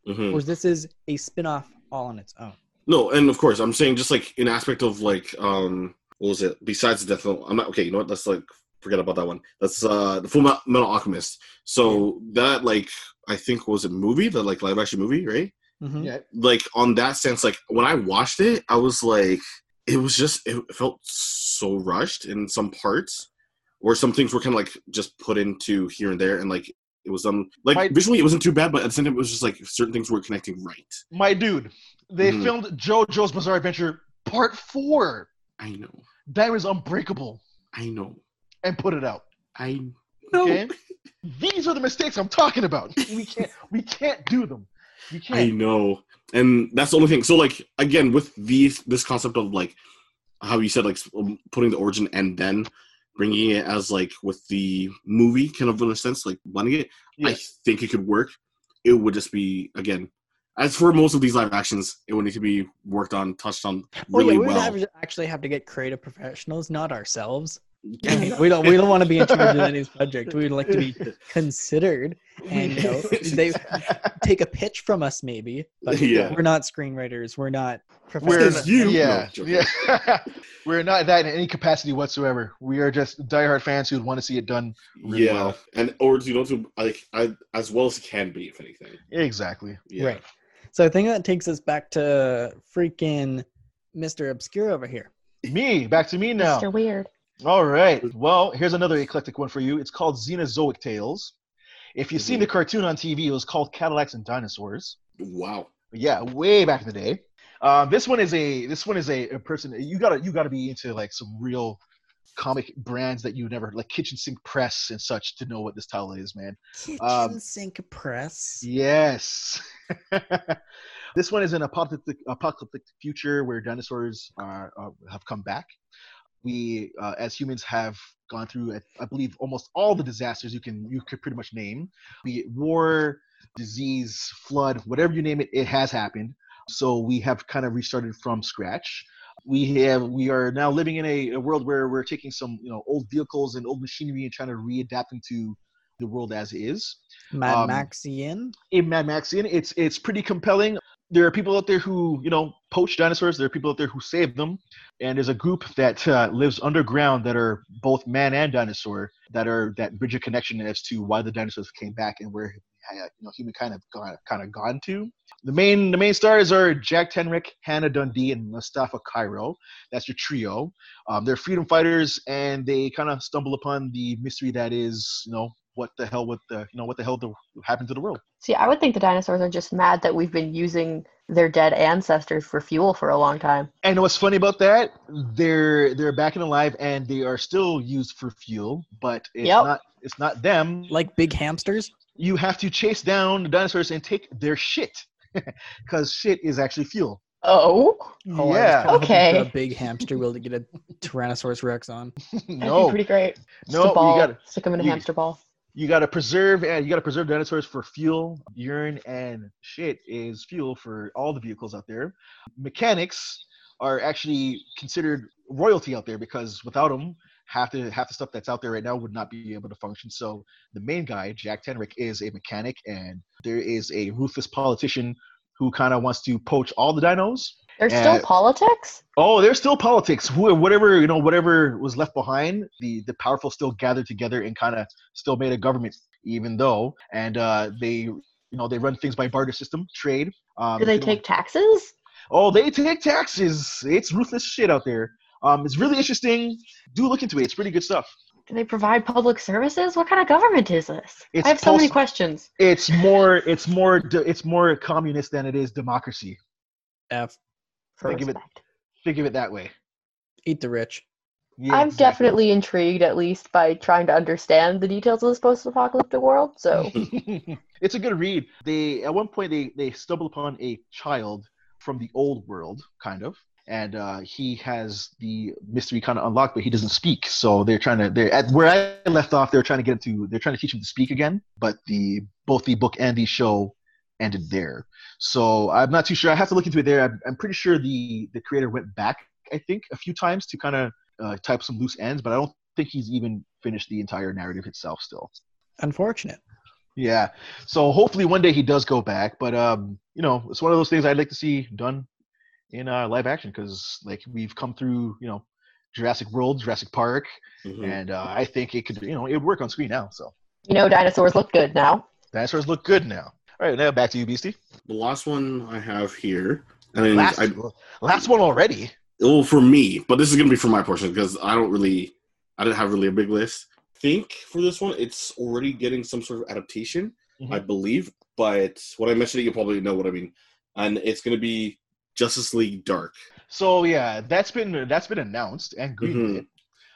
S1: hmm
S3: whereas this is a spin-off all on its own.
S1: No, and of course I'm saying just like an aspect of like um what was it besides Death Note? I'm not okay. You know what? Let's like forget about that one. That's uh the Full Me- Metal Alchemist. So that like I think was a movie, the like live action movie, right?
S3: Mhm.
S4: Mm-hmm. Yeah.
S1: like on that sense like when i watched it i was like it was just it felt so rushed in some parts where some things were kind of like just put into here and there and like it was done like
S4: Right.
S1: visually it wasn't too bad but at the same time it was just like certain things were connecting right
S4: My dude, they
S1: Mhm.
S4: filmed JoJo's Bizarre Adventure Part Four.
S1: i know
S4: That was unbreakable,
S1: i know
S4: and put it out.
S1: i know
S4: Okay. These are the mistakes I'm talking about. We can't. we can't do them. We can't.
S1: I know, and that's the only thing. So, like again, with these this concept of like how you said like s- um, putting the origin and then bringing it as like with the movie kind of in a sense, like blending it. I
S4: Yes.
S1: think it could work. It would just be again, as for most of these live actions, it would need to be worked on, touched on
S3: oh,
S1: really
S3: yeah, we would
S1: well. *laughs*
S3: have, actually have to get creative professionals, not ourselves.
S1: Yeah.
S3: I mean, *laughs* we don't we don't want to be in charge of any project. We'd like
S4: *laughs*
S3: to be considered and you know, they take a pitch from us maybe.
S4: *laughs*
S3: But
S1: Yeah.
S3: we're not screenwriters. We're not
S4: We're
S3: professionals.
S1: Since you-
S4: yeah,
S1: No, joking.
S4: yeah. *laughs* we're not that in any capacity whatsoever. We are just diehard fans who'd want to see it done. really
S1: yeah,
S4: well.
S1: and or you know, to like I, as well as it can be, if anything.
S4: Exactly.
S1: Yeah.
S3: Right. So I think that takes us back to freaking Mr. Obscure over here.
S4: Me, back to me now.
S2: Mr. Weird.
S4: All right. Well, here's another eclectic one for you. It's called Xenozoic Tales. If you've seen
S1: Mhm.
S4: the cartoon on TV, it was called Cadillacs and Dinosaurs.
S1: Wow.
S4: Yeah, way back in the day. Um, this one is a this one is a, a person you gotta you gotta be into like some real comic brands that you never like Kitchen Sink Press and such to know what this title is, man.
S3: Kitchen
S4: Um,
S3: sink press.
S4: Yes. *laughs* this one is an apocalyptic, apocalyptic future where dinosaurs are, are have come back. We, uh, as humans, have gone through, I- I believe, almost all the disasters you can you could pretty much name, be it war, disease, flood, whatever you name it, it has happened. So we have kind of restarted from scratch. We have we are now living in a, a world where we're taking some you know old vehicles and old machinery and trying to readapt them to the world as is.
S3: Mad
S4: Um,
S3: Maxian.
S4: In Mad Maxian, it's it's pretty compelling. There are people out there who you know poach dinosaurs. There are people out there who save them, and there's a group that uh, lives underground that are both man and dinosaur that are that bridge a connection as to why the dinosaurs came back and where uh, you know humankind have gone kind of gone to. The main the main stars are Jack Tenrick, Hannah Dundee, and Mustafa Cairo. That's your trio. Um, they're freedom fighters, and they kind of stumble upon the mystery that is you know what the hell with the you know what the hell the, happened to the world.
S2: See, I would think the dinosaurs are just mad that we've been using their dead ancestors for fuel for a long time.
S4: And what's funny about that? They're they're back and alive, and they are still used for fuel, but it's
S2: Yep.
S4: not it's not them.
S3: Like big hamsters.
S4: You have to chase down the dinosaurs and take their shit, *laughs* because shit is actually fuel. *laughs*
S2: Oh,
S3: I was
S4: yeah,
S3: kinda hoping for
S2: Okay.
S3: A big hamster wheel to get a Tyrannosaurus Rex on.
S2: that'd
S4: no,
S2: be *laughs* pretty great.
S4: No,
S2: Just a
S4: you
S2: ball.
S4: gotta-
S2: stick them in a
S4: you-
S2: hamster ball.
S4: you got to preserve and you got to preserve dinosaurs for fuel urine and shit is fuel for all the vehicles out there mechanics are actually considered royalty out there because without them half the half the stuff that's out there right now would not be able to function so the main guy jack tenrick is a mechanic and there is a ruthless politician who kind of wants to poach all the dinos
S2: There's still
S4: uh,
S2: politics.
S4: Oh, there's still politics. Who- Whatever you know, whatever was left behind, the the powerful still gathered together and kind of still made a government, even though. And uh, they, you know, they run things by barter system, trade. Um,
S2: Do they
S4: if you
S2: take taxes?
S4: Oh, they take taxes. It's ruthless shit out there. Um, it's really interesting. Do look into it. It's pretty good stuff.
S2: Do they provide public services? What kind of government is this?
S4: It's
S2: I have so many
S4: post-
S2: questions.
S4: It's more. It's more. de- It's more communist than it is democracy.
S3: F.
S2: For
S4: They give it-
S2: respect.
S4: Think of it that way.
S3: Eat the rich.
S4: Yeah,
S2: I'm
S4: exactly.
S2: definitely intrigued, at least by trying to understand the details of this post-apocalyptic world. So
S4: *laughs* it's a good read. They at one point they they stumble upon a child from the old world, kind of, and uh, he has the mystery kind of unlocked, but he doesn't speak. So they're trying to they're at where I left off. They're trying to get him to they're trying to teach him to speak again, but the both the book and the show ended there. So I'm not too sure. I have to look into it there. I'm, I'm pretty sure the the creator went back, I think, a few times to kind of uh, type some loose ends, but I don't think he's even finished the entire narrative itself still.
S3: Unfortunate.
S4: Yeah. So hopefully one day he does go back, but um, you know, it's one of those things I'd like to see done in uh, live action because like we've come through, you know, Jurassic World, Jurassic Park,
S1: Mhm.
S4: and uh, I think it could, you know, it would work on screen now. So
S2: you know, dinosaurs look good now.
S4: dinosaurs look good now. All right, now back to you, Beastie.
S1: The last one I have here, and
S4: Last,
S1: I,
S4: last one already.
S1: well, for me, but this is gonna be for my portion because I don't really, I didn't have really a big list. think for this one, it's already getting some sort of adaptation,
S4: Mhm.
S1: I believe. But when I mention it, you probably know what I mean. And it's gonna be Justice League Dark.
S4: So yeah, that's been that's been announced and greenlit.
S1: Mhm.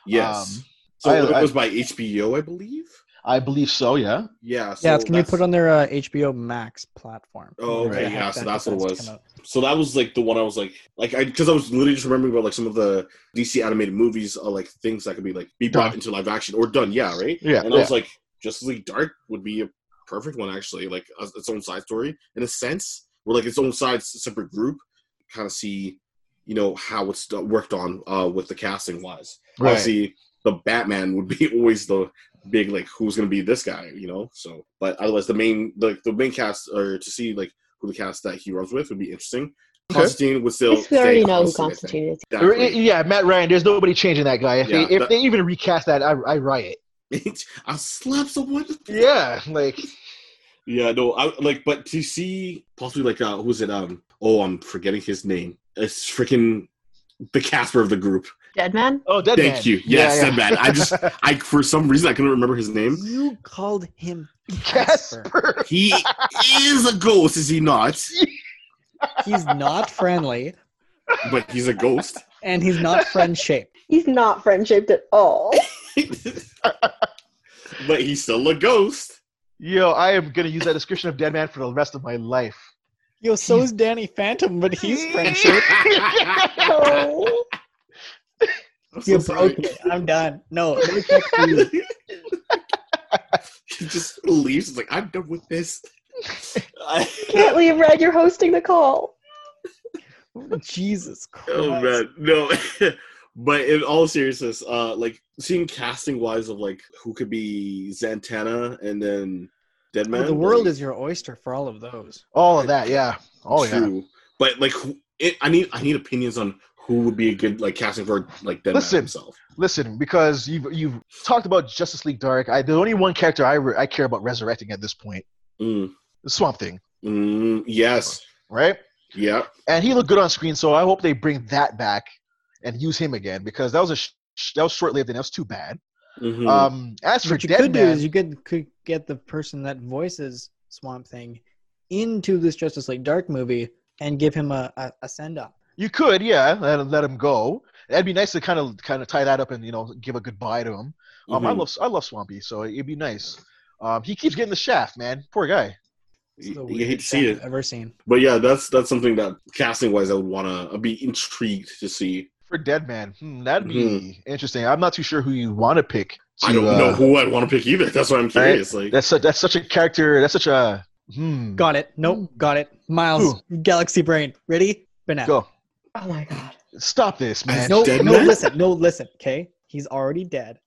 S1: Yes.
S4: Um,
S1: so
S4: I-
S1: it
S4: I-
S1: was by HBO, I believe.
S4: I believe so. Yeah.
S1: Yeah. So
S3: yeah, it's gonna be
S1: that's-
S3: put on their uh, HBO Max platform.
S1: Oh,
S4: okay,
S3: Right.
S1: yeah, so that's what it was.
S3: come out.
S1: so that was like the one I was like, like I because I was literally just remembering about like some of the DC animated movies are like things that could be like be brought
S4: Done.
S1: into live action or done. Yeah, right.
S4: Yeah.
S1: And I
S4: yeah.
S1: was like, Justice League Dark would be a perfect one actually, like as its own side story in a sense, where like its own side separate group, kind of see, you know, how it's d- worked on uh with the casting wise.
S4: right.
S1: Obviously, the Batman would be *laughs* always the big like who's gonna be this guy, you know. So, but otherwise, the main like the main cast or to see like who the cast that he runs with would be interesting.
S4: Okay.
S1: Constantine would
S2: At
S1: still.
S2: least we already
S1: stay
S2: know who
S1: Constantine,
S2: Constantine is.
S1: I
S4: Or-
S1: think. *laughs*
S4: Yeah, Matt Ryan. There's nobody changing that guy. If
S1: Yeah,
S4: they if
S1: that-
S4: they even recast that, I, I riot.
S1: Exactly. I'll slap someone.
S4: Yeah, like
S1: Yeah, no, I like, but to see possibly like uh, who's it? Um, oh, I'm forgetting his name. It's freaking the Casper of the group.
S2: Dead man?
S4: oh, Dead
S1: Thank
S4: Man.
S1: you. Yes, Dead Man. I
S4: *laughs*
S1: just- I for some reason I couldn't remember his name.
S3: You called him Casper.
S4: Casper.
S1: He is a ghost, is he not?
S3: He's not friendly,
S1: But he's a ghost. *laughs*
S3: and he's not friend shaped.
S2: He's not friend-shaped at *laughs* all.
S1: but he's still a ghost.
S4: Yo, I am gonna use that description of Dead Man for the rest of my life.
S3: Yo, so is Danny Phantom, but he's friend shaped.
S1: I'm
S2: Oh.
S1: *laughs* so
S3: You
S1: sorry. *laughs*
S3: broke me. I'm done. No, no check for you.
S1: he just leaves. He's like, I'm done with this. I,
S2: Can't leave, Red. You're hosting the call.
S3: Jesus Christ.
S1: oh man, no. *laughs* but in all seriousness, uh, like seeing casting wise of like who could be Santana and then Deadman.
S3: Well, the world is your oyster for all of those.
S4: All of that, yeah. Oh yeah.
S1: true. But like, who- it, I need I need opinions on who would be a good like casting for like Deadman
S4: Listen.
S1: himself.
S4: Listen, because you've you've talked about Justice League Dark. I the only one character I re- I care about resurrecting at this point,
S1: Mm,
S4: the Swamp Thing,
S1: mm, yes.
S4: right?
S1: Yeah.
S4: And he looked good on screen, so I hope they bring that back and use him again because that was a sh- sh- that was short lived and that was too bad.
S1: Mhm.
S4: Um, as for
S3: What you could
S4: Deadman,
S3: do is you could, could get the person that voices Swamp Thing into this Justice League Dark movie and give him a, a, a send up.
S4: You could, yeah, let him, let him go. That'd be nice to kind of kind of tie that up and you know give a goodbye to him. Um, I
S1: Mhm.
S4: love I love Swampy, so it'd be nice. Um, he keeps getting the shaft, man. Poor guy.
S3: It's
S1: You-
S3: the
S1: you hate
S3: weirdest
S1: to see
S3: thing
S1: it.
S3: I've ever seen.
S1: But yeah, that's that's something that casting wise, I would wanna I'd be intrigued to see.
S4: For dead man, hmm, that'd be interesting. I'm not too sure who you want to pick. To,
S1: Mm-hmm. I don't
S4: uh,
S1: know who I'd want to pick either. That's why I'm curious. Like,
S4: That's a, that's such a character. That's such a hmm.
S3: Got it. Nope. Got it. Miles, Galaxy Brain. Ready? Ben Affleck.
S4: Go.
S2: Oh my god.
S4: Stop this, man.
S3: No,
S1: Dead
S3: no,
S1: man?
S3: listen, no, listen. Okay, he's already dead.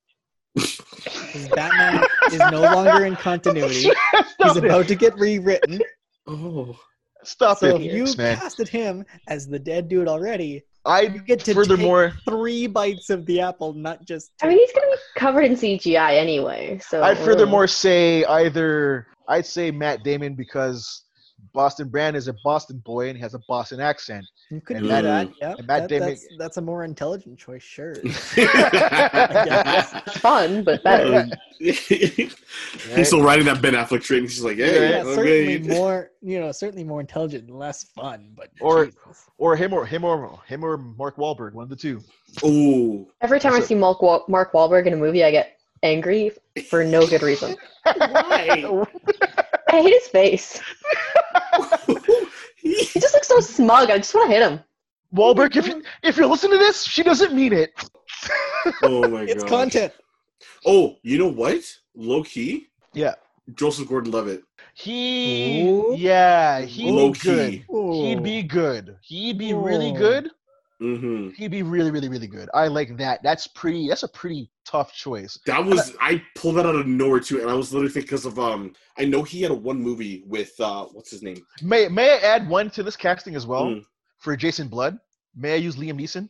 S3: His Batman is no longer in continuity.
S4: *laughs* Stop
S3: He's
S4: it.
S3: about to get rewritten.
S1: oh,
S4: Stop
S3: So
S4: it,
S3: if you
S4: man.
S3: casted him as the dead dude already,
S4: I
S3: you get to
S4: furthermore.
S3: take three bites of the apple, not just.
S2: I mean, he's gonna be covered in CGI anyway. So
S4: I'd
S3: Oh,
S4: furthermore say either I'd say Matt Damon because Boston Brand is a Boston boy and he has a Boston accent.
S3: You could
S4: and
S3: do
S4: Matt-
S3: that. Yeah,
S4: and Matt
S3: that-
S4: Damon-
S3: that's, that's a more intelligent choice,
S4: *laughs*
S3: sure.
S1: *laughs* he's
S2: fun, but better.
S1: Um, still riding that Ben Affleck train. He's just like,
S4: Yeah,
S1: hey,
S3: yeah, certainly
S1: okay.
S3: more. You know, certainly more intelligent, and less fun, but
S4: Or-
S3: Jesus.
S4: Or him or him or him or Mark Wahlberg, one of the two.
S1: Ooh,
S2: Every time I
S4: So-
S2: see Mark, Wal- Mark Wahlberg in a movie, I get angry for no good reason.
S1: Why?
S2: I hate his face. He just looks so smug. I just want to hit him.
S4: Wahlberg, if you, if you're listening to this, she doesn't mean it.
S1: oh my god,
S3: it's content.
S1: Oh, you know what? Low key,
S4: Yeah.
S1: Joseph Gordon-Levitt.
S4: He
S3: Ooh.
S4: yeah, he'd
S1: Low
S4: be good.
S1: key.
S4: He'd be good. He'd be really
S3: Ooh.
S4: good.
S1: hmm
S4: He'd be really, really, really good. I like that. That's pretty that's a pretty tough choice.
S1: That was I pulled that out of nowhere too, and I was literally thinking because of um. I know he had a one movie with uh, what's his name?
S4: May may I add one to this casting as well?
S1: Mm.
S4: for Jason Blood. May I use Liam Neeson?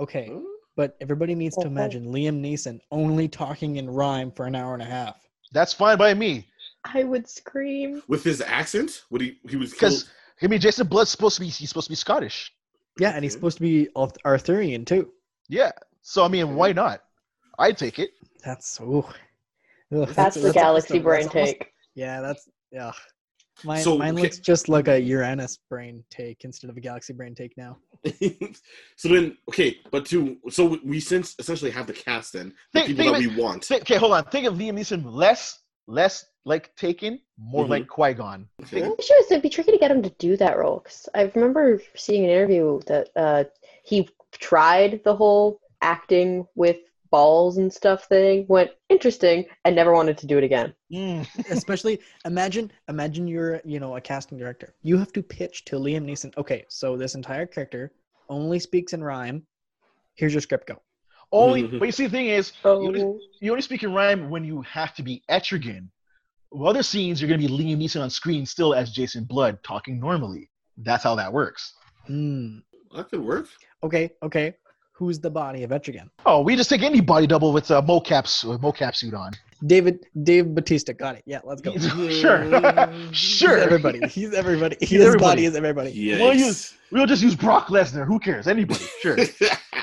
S3: Okay, but everybody needs to
S2: Oh, oh.
S3: imagine Liam Neeson only talking in rhyme for an hour and a half.
S4: That's fine by me.
S2: I would scream.
S1: with his accent. Would he? He was
S4: Because
S1: killed.
S4: I mean, Jason Blood's supposed to be he's supposed to be Scottish.
S3: Yeah, and he's
S1: Okay.
S3: supposed to be Arth- Arthurian too.
S4: Yeah. So I mean, why not? I'd take it.
S3: That's ooh. Ugh,
S2: That's, the
S3: almost
S2: galaxy
S3: a-
S2: brain
S3: that's almost-
S2: take.
S3: yeah, that's yeah. Mine,
S1: So,
S3: mine
S1: okay.
S3: looks just like a Uranus brain take instead of a galaxy brain take now.
S1: *laughs* so then, okay, but to so we since essentially have the cast then the
S4: Think-
S1: people
S4: think
S1: that
S4: of
S1: we want.
S4: Think- Okay, hold on. Think of Liam Neeson less less like Taken, more
S1: Mhm.
S4: like Qui Gon.
S1: Okay.
S2: The issue is it'd be tricky to get him to do that role because I remember seeing an interview that uh, he tried the whole acting with balls and stuff thing, went interesting, and never wanted to do it again.
S3: Especially *laughs* imagine imagine you're you know a casting director. You have to pitch to Liam Neeson. Okay, so this entire character only speaks in rhyme. Here's your script. Go.
S4: Only,
S1: Mhm.
S4: but you see, the thing is,
S2: Oh,
S4: you only speak in rhyme when you have to be Etrigan. Well, other scenes, you're going to be Liam Neeson on screen still as Jason Blood talking normally. That's how that works.
S3: Hmm.
S1: That could work.
S3: Okay. Okay. Who's the body of Etrigan?
S4: Oh, we just take any body double with a mocap, s- mocap suit on.
S3: David Dave Batista got it. Yeah, let's go. He's
S4: sure. sure.
S3: everybody. He's everybody. His
S4: everybody.
S3: body is everybody.
S4: Well, you-
S1: Yes.
S4: We'll just use Brock Lesnar. Who cares? Anybody.
S1: *laughs*
S4: Sure.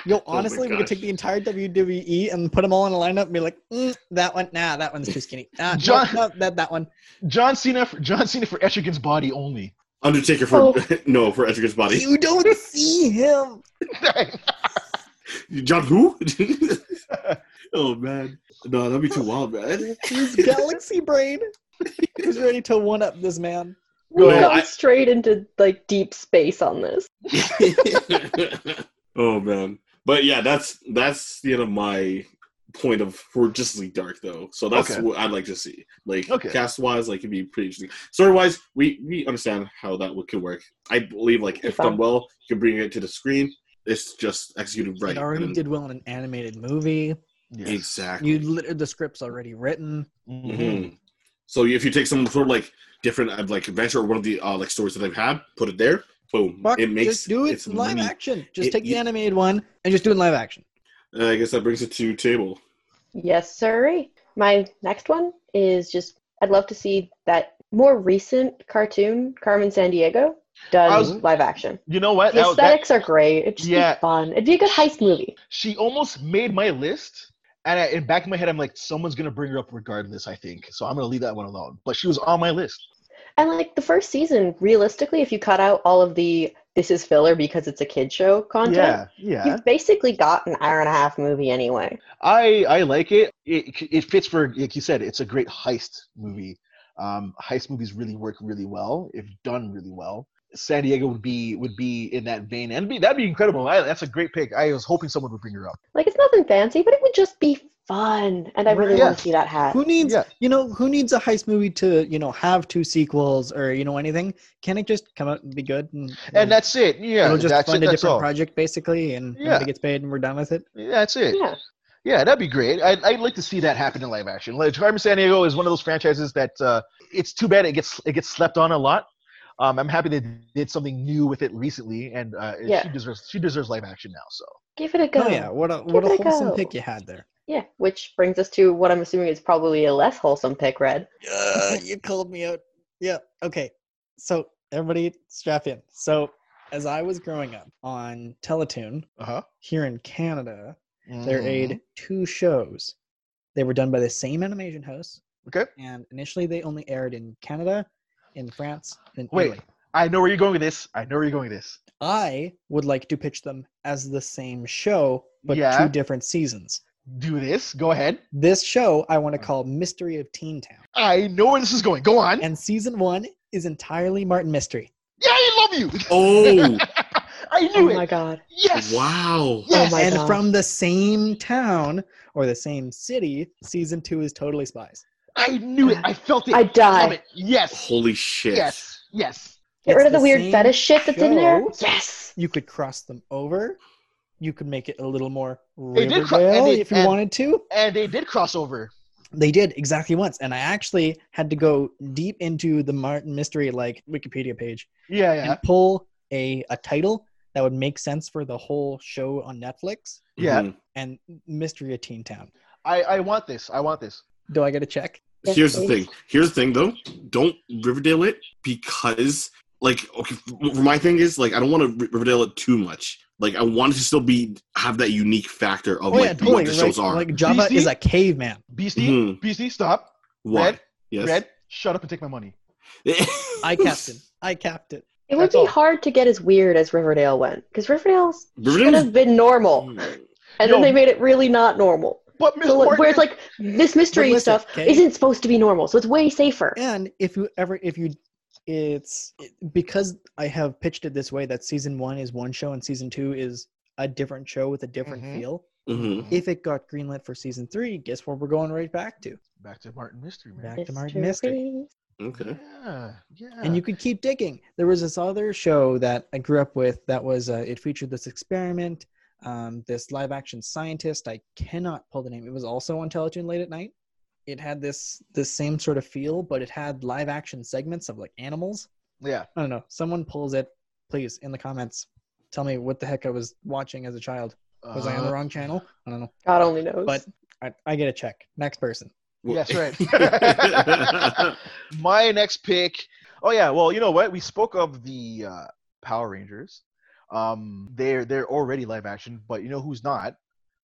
S3: Yo, honestly, we could
S1: gosh.
S3: take the entire WWE and put them all in a lineup and be like, mm, that one, nah, that one's too skinny. Nah,
S4: John-
S3: John, that, that one.
S4: John Cena for John Cena for Etrigan's body only.
S1: *laughs* Undertaker for
S2: Oh.
S1: *laughs* no for Edgar's body.
S3: You don't see him.
S1: John
S3: *laughs*
S1: who? oh man, no, that'd be too wild,
S3: *laughs*
S1: man.
S3: He's Galaxy Brain. He's ready to one up this man.
S2: we
S1: No,
S2: have gone
S1: I-
S2: straight into like deep space on this.
S1: oh man, but yeah, that's that's the end of my point of for Justice League Dark though. So that's
S4: Okay.
S1: what I'd like to see. Like
S4: Okay.
S1: cast wise, like it'd be pretty interesting. Story wise, we we understand how that would could work. I believe like if
S2: Fun.
S1: done well, you can bring it to the screen. It's just executed right.
S3: it already
S1: and-
S3: did well in an animated movie.
S4: Yes.
S1: exactly.
S3: You lit- the script's already written.
S4: Mhm.
S3: Mm-hmm.
S1: hmm So if you take some sort of like different uh, like adventure or one of the uh, like stories that they've had, put it there, boom,
S3: Fuck,
S1: it makes
S3: just do it
S1: it's
S3: in live
S1: money.
S3: action. Just
S1: It-
S3: take the
S1: you-
S3: animated one and just do it in live action.
S1: Uh, I guess that brings it to table.
S2: Yes, sir. My next one is just I'd love to see that more recent cartoon, Carmen Sandiego, done
S4: I was-
S2: live action.
S4: You know what?
S2: The
S4: That- that-
S2: aesthetics are great. It'd just
S4: Yeah.
S2: be fun. It'd be a good heist movie.
S4: she almost made my list. And I, in back of my head, I'm like, someone's gonna bring her up regardless. I think so. I'm gonna leave that one alone. But she was on my list.
S2: And like the first season, realistically, if you cut out all of the this is filler because it's a kid show content,
S4: yeah.
S2: you've basically got an hour and a half movie anyway.
S4: I I like it. It it fits for like you said. It's a great heist movie. Um, heist movies really work really well if done really well. San Diego would be would be in that vein, and be that'd be incredible. I, that's a great pick. I was hoping someone would bring her up.
S2: Like it's nothing fancy, but it would just be fun. And I really want
S4: Yes.
S2: to see that hat.
S3: Who needs
S4: Yeah.
S3: you know who needs a heist movie to you know have two sequels or you know anything? Can it just come out and be good and
S4: And that's it. Yeah,
S3: it'll just
S4: that's
S3: fund
S4: it.
S3: a
S4: That's
S3: different
S4: all.
S3: project basically and
S4: Yeah.
S3: everybody gets paid and we're done with it.
S4: That's it.
S2: Yeah.
S4: Yeah, that'd be great. I'd, I'd like to see that happen in live action. Like Carmen San Diego is one of those franchises that uh, it's too bad it gets it gets slept on a lot. Um, I'm happy they did something new with it recently, and uh,
S2: Yeah.
S4: she deserves she deserves live action now. So
S2: Give it a go.
S3: Oh yeah, what a what a
S2: it a
S3: wholesome
S2: go.
S3: pick you had there.
S2: Yeah, which brings us to what I'm assuming is probably a less wholesome pick, Red.
S3: *laughs* Uh, you called me out. Yeah. Okay. So everybody strap in. So as I was growing up on Teletoon
S4: uh huh.
S3: here in Canada,
S4: Mm-hmm.
S3: there aired two shows. They were done by the same animation house.
S4: Okay.
S3: And initially they only aired in Canada, in France, and in
S4: Wait.
S3: Italy.
S4: I know where you're going with this. I know where you're going with this.
S3: I would like to pitch them as the same show, but
S4: Yeah.
S3: two different seasons.
S4: Do this. Go ahead.
S3: This show I
S4: Mm.
S3: want to call Mystery of Teen Town.
S4: I know where this is going. Go on.
S3: And season one is entirely Martin Mystery.
S4: yeah, I love you.
S3: *laughs*
S1: Oh
S4: *laughs* I
S2: Oh
S4: knew it.
S2: my god.
S4: Yes.
S1: wow!
S4: Yes.
S2: Oh my
S3: and
S2: gosh.
S3: from the same town or the same city, season two is totally spies.
S4: I knew it. I felt it.
S2: I
S4: I love
S2: die.
S4: it. Yes.
S1: Holy shit!
S4: Yes. Yes.
S2: Get rid
S3: It's
S2: of the,
S3: the
S2: weird
S3: same
S2: fetish shit that's in there.
S3: show.
S2: Yes.
S3: You could cross them over. You could make it a little more
S4: They did
S3: Riverdale
S4: cro- and they-
S3: if you
S4: and-
S3: wanted to.
S4: And they did cross over.
S3: They did exactly once, and I actually had to go deep into the Martin Mystery like Wikipedia page
S4: Yeah, yeah.
S3: and pull a a title that would make sense for the whole show on Netflix
S4: Yeah.
S1: Mhm.
S3: and Mystery of Teen Town.
S4: I, I want this. I want this.
S3: Do I get a check?
S2: Yes,
S1: Here's the
S2: please.
S1: thing. Here's the thing though. Don't Riverdale it because like okay. f- My thing is like I don't want to Riverdale it too much. Like I want it to still be have that unique factor of Oh, like what the
S3: Oh, like,
S1: shows are.
S3: like Java
S4: DC?
S3: is a caveman.
S4: Beastie,
S1: Mhm.
S4: Beastie, stop.
S1: what?
S4: Red,
S1: yes.
S4: Red, shut up and take my money.
S1: *laughs*
S3: I capped it. I capped it.
S2: It would
S4: That's
S2: be
S4: all.
S2: hard to get as weird as Riverdale went, because Riverdale's should
S1: Riverdale's-
S2: have been
S1: Mm.
S2: normal,
S1: Mm-hmm.
S2: and
S4: Yo.
S2: then they made it really not normal.
S4: But Miss
S2: So like, where
S4: Morgan,
S2: it's like this mystery
S3: listen,
S2: stuff
S3: okay?
S2: isn't supposed to be normal, so it's way safer.
S3: And if you ever, if you, it's it- because I have pitched it this way that season one is one show and season two is a different show with a different
S4: Mhm.
S3: feel.
S1: Mhm.
S3: If it got greenlit for season three, guess where we're going right back to?
S4: back to Martin Mystery, man.
S3: Back to Martin Mystery.
S1: Okay.
S4: Yeah, yeah.
S3: And you could keep digging. There was this other show that I grew up with that was, uh, it featured this experiment, um, this live action scientist. I cannot pull the name. It was also on Teletoon late at night. It had this this same sort of feel, but it had live action segments of like animals.
S4: yeah.
S3: I don't know. Someone pulls it, please, in the comments. Tell me what the heck I was watching as a child. Was I on the
S4: Uh,
S3: wrong channel? I don't know.
S2: God only knows.
S3: But I, I get a check. Next person.
S4: Yes, right. *laughs* my next pick. Oh yeah, well you know what? We spoke of the uh, Power Rangers. Um, they're they're already live action, but you know who's not?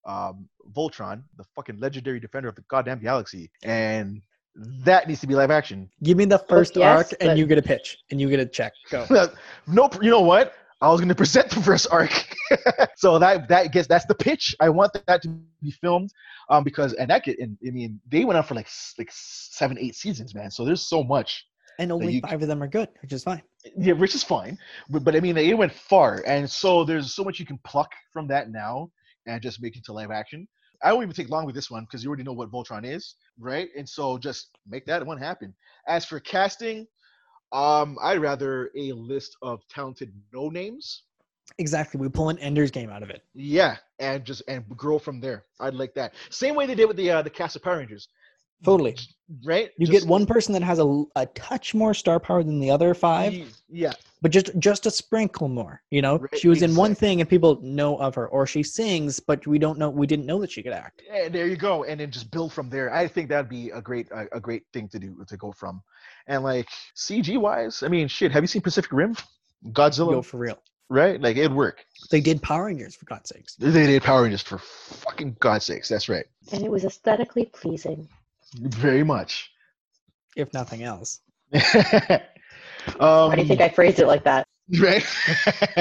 S4: Um, Voltron, the fucking legendary defender of the goddamn galaxy, and that needs to be live action. *laughs*
S3: Give me the first
S2: Oh, yes,
S3: arc, and
S2: but-
S3: you get a pitch, and you get a check. Go.
S2: *laughs*
S4: nope. You know what? I was going to *laughs* present the first arc, *laughs* so that that gets that's the pitch. I want that to be filmed, um, because and that get and I mean they went on for like s- like seven eight seasons, man. So there's so much.
S3: And only
S4: you-
S3: five of them are good, which is fine.
S4: yeah, which is fine. But, but I mean, it went far, and so there's so much you can pluck from that now and just make it to live action. I won't even take long with this one because you already know what Voltron is, right? And so just make that one happen. As for casting, um, I'd rather a list of talented no names.
S3: Exactly. We pull an Ender's game out of it.
S4: Yeah, and just and grow from there. I'd like that. Same way they did with the uh, the cast of Power Rangers,
S3: Totally.
S4: right?
S3: You
S4: Just-
S3: get one person that has a, a touch more star power than the other five,
S4: Yeah,
S3: but just just a sprinkle more. You know,
S4: Right,
S3: she was in one
S4: exactly.
S3: thing and people know of her, or she sings, but we don't know. We didn't know that she could act.
S4: and Eh, there you go, and then just build from there. I think that'd be a great a, a great thing to do to go from, and like CG wise, I mean, shit. Have you seen Pacific Rim, Godzilla?
S3: Yo, for real.
S4: Right? Like it'd work.
S3: They did Power Rangers for God's sakes.
S4: They did Power Rangers for fucking God's sakes. That's right.
S2: And it was aesthetically pleasing.
S4: Very much. *laughs*
S3: If nothing else,
S4: um, Oh,
S2: Why do you think I phrased it like that?
S4: *laughs* right? *laughs*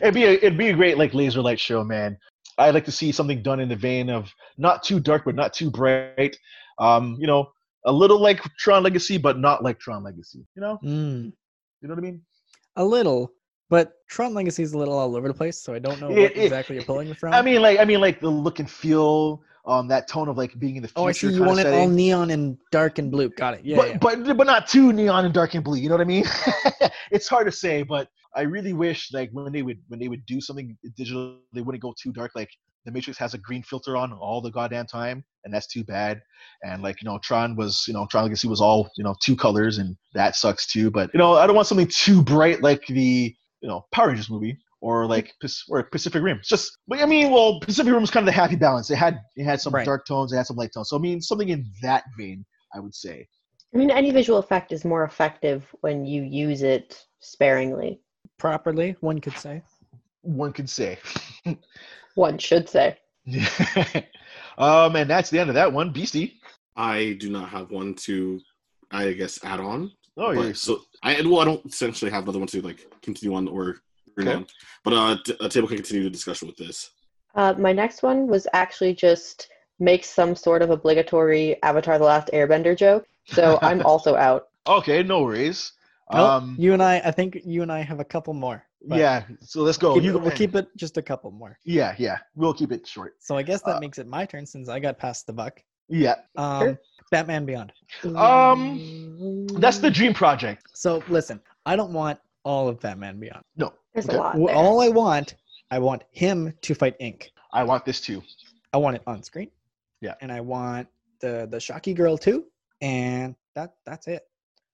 S4: it'd be a, it'd be a great like laser light show, man. I'd like to see something done in the vein of not too dark but not too bright. Um, you know, a little like Tron Legacy, but not like Tron Legacy. You know,
S3: Mm,
S4: you know what I mean?
S3: a little. But Tron Legacy is a little all over the place, so I don't know *laughs*
S4: Yeah,
S3: what
S4: yeah.
S3: exactly you're pulling from.
S4: I mean, like I mean, like the look and feel, um, that tone of like being in the future.
S3: oh, I see. You
S4: kinda
S3: want it all
S4: setting.
S3: neon and dark and blue. Got it. Yeah.
S4: but,
S3: yeah.
S4: but but not too neon and dark and blue. You know what I mean? *laughs* it's hard to say, but I really wish like when they would when they would do something digital, they wouldn't go too dark. Like the Matrix has a green filter on all the goddamn time, and that's too bad. And like you know, Tron was you know Tron Legacy was all you know two colors, and that sucks too. But you know, I don't want something too bright like the you know Power Rangers movie. Or like Pac- or Pacific Rim. It's just, but I mean, well, Pacific Rim was kind of the happy balance. It had it had some
S3: Right.
S4: dark tones, it had some light tones. So I mean, something in that vein, I would say.
S2: I mean, any visual effect is more effective when you use it sparingly,
S3: Properly, one could say.
S4: one could say. *laughs*
S2: one should say.
S4: um, and that's the end of that one. Beastie.
S1: *laughs* I do not have one to, I guess, add on.
S4: Oh
S1: But-
S4: yeah.
S1: So I well, I don't essentially have another one to like continue on or.
S4: Okay.
S1: on. But uh, t- uh, table can continue the discussion with
S4: *laughs*
S1: this.
S2: Uh, my next one was actually just make some sort of obligatory Avatar: The Last Airbender joke. So I'm also out.
S4: Okay, no worries.
S3: Nope,
S4: Um,
S3: you and I, I think you and I have a couple more. but
S4: yeah. So let's go.
S3: keep
S4: You
S3: it-
S4: go
S3: we'll
S4: ahead.
S3: keep it just a couple more.
S4: Yeah, yeah. We'll keep it short.
S3: So I guess that
S4: Uh,
S3: makes it my turn since I got past the buck.
S4: Yeah.
S3: Um, Batman Beyond.
S4: Um, That's the dream project.
S3: So listen, I don't want all of Batman Beyond.
S4: No,
S2: There's
S4: okay.
S2: a lot.
S3: Wh-
S2: there.
S3: All I want, I want him to fight Ink.
S4: I want this too.
S3: I want it on screen.
S4: Yeah.
S3: And I want the the Shocky Girl too. And that that's it.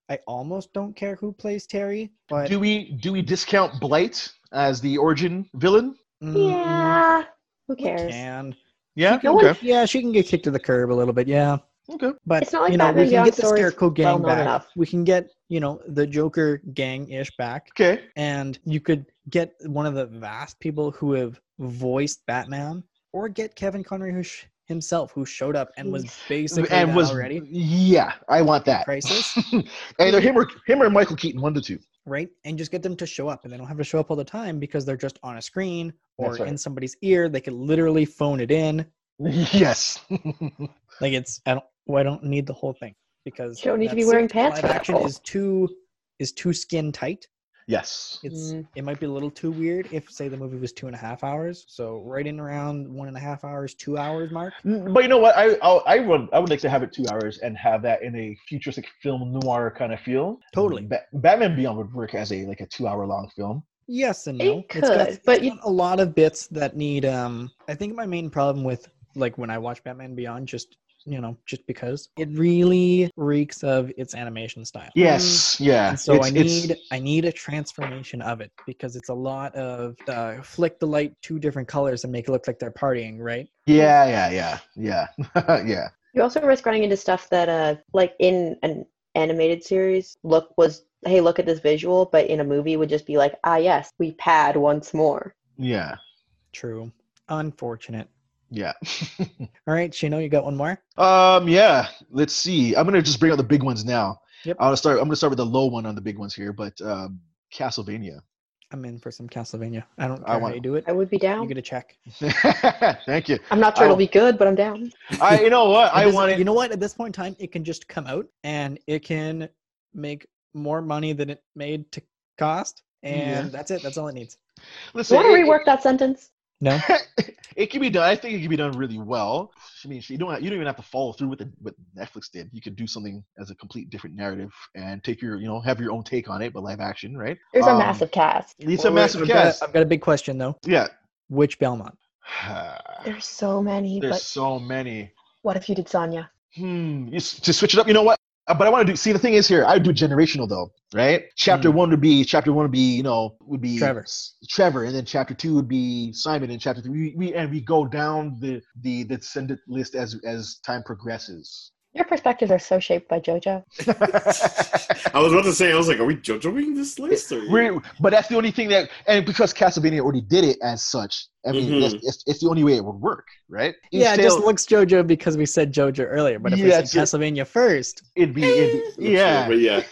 S3: I almost don't care who plays Terry, but
S4: Do we do we discount Blight as the origin villain?
S3: mm,
S2: Yeah. Who
S3: we
S2: cares?
S3: can.
S4: Yeah.
S2: No
S4: okay.
S3: Yeah, she can get kicked to the curb a little bit. Yeah.
S4: Okay.
S3: But
S2: It's not like
S3: you know,
S2: Batman
S3: we can
S2: Beyond
S3: get the
S2: story's
S3: Scarecrow gang
S2: well-known
S3: back.
S2: enough.
S3: We can get you know the Joker gang ish back,
S4: Okay.
S3: and you could get one of the vast people who have voiced Batman, or get Kevin Conroy who sh- himself who showed up and was basically
S4: and
S3: that
S4: was
S3: already
S4: yeah. I want that.
S3: Crisis?
S4: *laughs* Either him or him or Michael Keaton, one to two. *laughs*
S3: right, and just get them to show up, and they don't have to show up all the time because they're just on a screen or
S4: That's right.
S3: in somebody's ear. They could literally phone it in.
S4: yes. *laughs*
S3: Like it's I don't well, I don't need the whole thing because
S2: You don't need to be
S3: that's
S2: wearing
S3: it.
S2: pants
S3: Live
S2: for that
S3: action
S2: role.
S3: is too is too skin tight.
S4: yes.
S3: It's
S2: Mm.
S3: it might be a little too weird if say the movie was two and a half hours. So right in around one and a half hours, two hours mark.
S4: Mm, But you know what? I I'll, I would I would like to have it two hours and have that in a futuristic film noir kind of feel.
S3: Totally.
S4: Ba- Batman Beyond would work as a like a two hour long film.
S3: Yes and
S2: It
S3: no.
S2: could, but you-
S3: got a lot of bits that need. Um, I think my main problem with like when I watch Batman Beyond, just you know, just because it really reeks of its animation style.
S4: Yes. Yeah.
S3: Mm, And so I
S4: It's- it's-
S3: need I need a transformation of it because it's a lot of uh, flick the light two different colors and make it look like they're partying, right?
S4: Yeah. Yeah. Yeah. Yeah. *laughs* yeah.
S2: You also risk running into stuff that, uh, like in an animated series, look was hey, look at this visual, but in a movie would just be like, ah, yes, we pad once more.
S4: Yeah.
S3: True. Unfortunate.
S4: Yeah.
S3: All right, Shino, you got one more?
S4: um. Yeah. Let's see. I'm gonna just bring out the big ones now.
S3: Yep.
S4: I'll start. I'm gonna start with the low one on the big ones here, but um, Castlevania. *laughs*
S3: I'm in for some Castlevania. I don't
S4: I
S3: care how
S4: want-
S3: you do it.
S2: I would be
S3: You
S2: down.
S3: get a check.
S4: Thank you.
S2: I'm not sure
S4: I-
S2: it'll be good, but I'm down.
S4: I. You know what? I
S3: It doesn't-
S4: want
S3: You
S4: it.
S3: know what? At this point in time, it can just come out and it can make more money than it made to cost, and
S4: Yeah.
S3: that's it. That's all it needs.
S4: Listen.
S2: Want to
S4: it- it-
S2: rework that sentence?
S3: No.
S4: it can be done. I think it can be done really well. I mean, you don't you don't even have to follow through with the, what Netflix did. You could do something as a complete different narrative and take your you know have your own take on it, but live action, right?
S2: There's
S4: Um,
S2: a massive cast.
S4: *laughs* It's
S1: Well,
S4: a
S1: wait, um,
S4: massive
S1: I've got-
S4: cast.
S3: I've got a big question though.
S4: yeah. *sighs*
S3: Which Belmont?
S2: There's so many,
S4: There's
S2: but
S4: so many.
S2: what if you did Sonya?
S4: Hmm. You s- to switch it up. You know what? Uh, But I want to do. See, the thing is here, I do generational though, right? Chapter
S3: Hmm.
S4: one would be chapter one would be you know would be
S3: Trevor.
S4: Trevor, and then chapter two would be Simon, and chapter three we, we and we go down the the the descendant list as as time
S3: *laughs*
S4: progresses.
S2: Your perspectives are so shaped by JoJo.
S1: I was about to say, I was like, are we JoJoing this list? Or
S4: We're, but that's the only thing that, and because Castlevania already did it as such, I mean,
S1: Mhm.
S4: that's- it's, it's the only way it would work, right? It's
S3: Mm-hmm. yeah, it just
S4: still-
S3: looks JoJo because we said JoJo earlier. But if
S4: Yeah,
S3: we
S4: it's
S3: said
S4: just-
S3: Castlevania first,
S4: it'd be, it'd be yeah.
S1: *laughs* But yeah.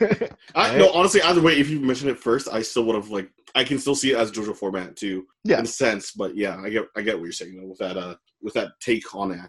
S1: I,
S4: Right?
S1: No, honestly, either way, if you mentioned it first, I still would have like I can still see it as JoJo format too,
S4: Yeah.
S1: in a sense. But yeah, I get I get what you're saying though, with that uh with that take on it,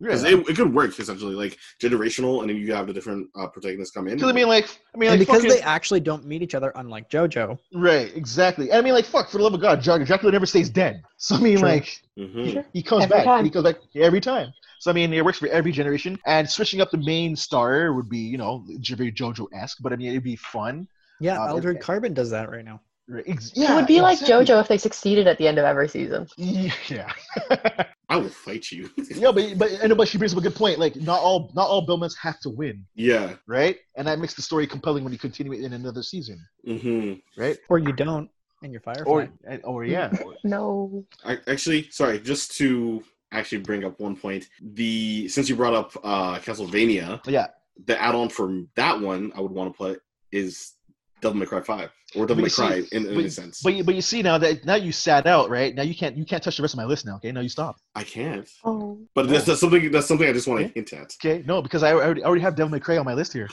S1: because
S4: yeah.
S1: it, it could work essentially like generational, and then you have the different uh, protagonists come in.
S4: 'Cause I mean, like, I
S3: and
S4: mean, like,
S3: because
S4: fucking-
S3: they actually don't meet each other, unlike JoJo,
S4: right, exactly. And I mean, like, fuck, for the love of God, Dra- Dracula never stays dead. *laughs* So I mean,
S3: True.
S4: like, *laughs*
S1: Mhm.
S4: He, he comes
S2: Every
S4: back.
S2: time.
S4: He comes back every time. So I mean, it works for every generation. And switching up the main star would be, you know, very JoJo-esque. But I mean, it'd be fun.
S3: yeah,
S4: Uh,
S3: Eldred
S4: it-
S3: Carbon does that right now.
S4: Right, ex- yeah,
S2: it would be like
S4: exactly.
S2: JoJo if they succeeded at the end of every season.
S4: *laughs* Yeah,
S1: I will fight
S4: *laughs*
S1: you.
S4: yeah, but but and, but she brings up a good point. Like, not all not all Belmonts have to win,
S1: yeah.
S4: right? And that makes the story compelling when you continue it in another season,
S1: hmm
S4: right?
S3: Or you don't, and you're Firefly.
S4: Or and- or yeah, *laughs*
S2: No.
S1: I, actually, sorry, just to actually bring up one point. The since you brought up uh Castlevania,
S4: yeah.
S1: the add-on for that one I would want to put is Devil May Cry Five or Devil
S4: But
S1: May
S4: you see-
S1: Cry in, in a sense.
S4: But you, but you see now that now you sat out, right? Now you can't you can't touch the rest of my list now. Okay, now you stop.
S1: I can't.
S2: Oh.
S1: But that's, that's something. That's something I just want to
S4: Okay.
S1: hint at.
S4: Okay, no, because I already, I already have Devil May Cry on my list here.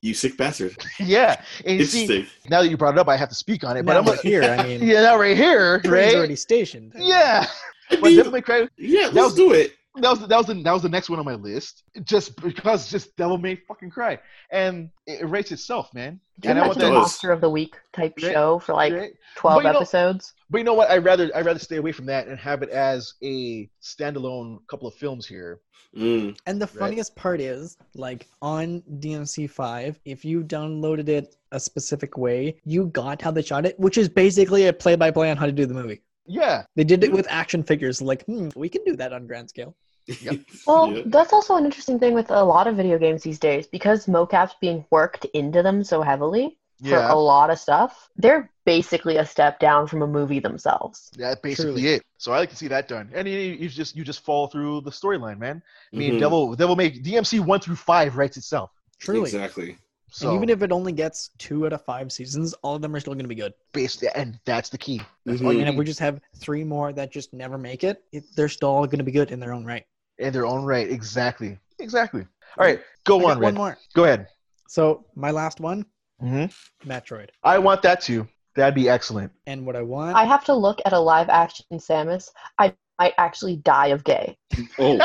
S1: You sick bastard.
S4: yeah, and you see,
S1: Interesting.
S4: now that you brought it up, I have to speak on it. But
S3: Now
S4: I'm like,
S3: we're here,
S4: *laughs*
S3: I mean,
S4: yeah, now right here,
S3: Train's
S4: right?
S3: already stationed.
S4: Yeah,
S1: I
S4: but
S1: mean,
S4: Devil May Cry.
S1: yeah, let's
S4: that was-
S1: do it.
S4: That was that was the that was the next one on my list, just because just Devil May fucking Cry, and it it writes itself, man.
S2: Do you
S4: And I want
S2: imagine an
S1: that-
S2: Monster of the Week type
S4: Right.
S2: show for like
S4: right?
S2: 12
S4: But you know-
S2: episodes?
S4: But you know what? I would rather I would rather stay away from that and have it as a standalone couple of films here.
S1: Mm,
S3: And the
S4: Right.
S3: funniest part is, like on DMC5, if you downloaded it a specific way, you got how they shot it, which is basically a play by play on how to do the movie.
S4: Yeah,
S3: They did it with action figures, like, hmm, we can do that on grand scale.
S1: *laughs*
S4: Yep.
S2: Well,
S1: Yeah.
S2: that's also an interesting thing with a lot of video games these days because mocap's being worked into them so heavily
S4: yeah,
S2: for a lot of stuff. They're basically a step down from a movie themselves.
S4: that's basically
S3: Truly.
S4: it. So I like to see that done, and you, you just you just follow through the storyline, man. I mean,
S1: Mhm.
S4: Devil Devil May DMC one through five writes itself.
S3: Truly.
S1: Exactly.
S4: So
S3: And even if it only gets two out of five seasons, all of them are still going to be good.
S4: based, and that's the key. That's
S1: Mhm.
S4: all you
S3: And if
S4: need.
S3: we just have three more that just never make it, it they're still all going to be good in their own right.
S4: In their own right. Exactly. Exactly. All right. Go
S3: I got
S4: on,
S3: one
S4: Red.
S3: more.
S4: Go ahead.
S3: So my last one, Mm-hmm.
S4: hmm
S3: Metroid.
S4: I want that too. That'd be *laughs* excellent.
S3: And what I want,
S2: I have to look at a live action Samus. I might actually die of gay.
S1: *laughs* Oh,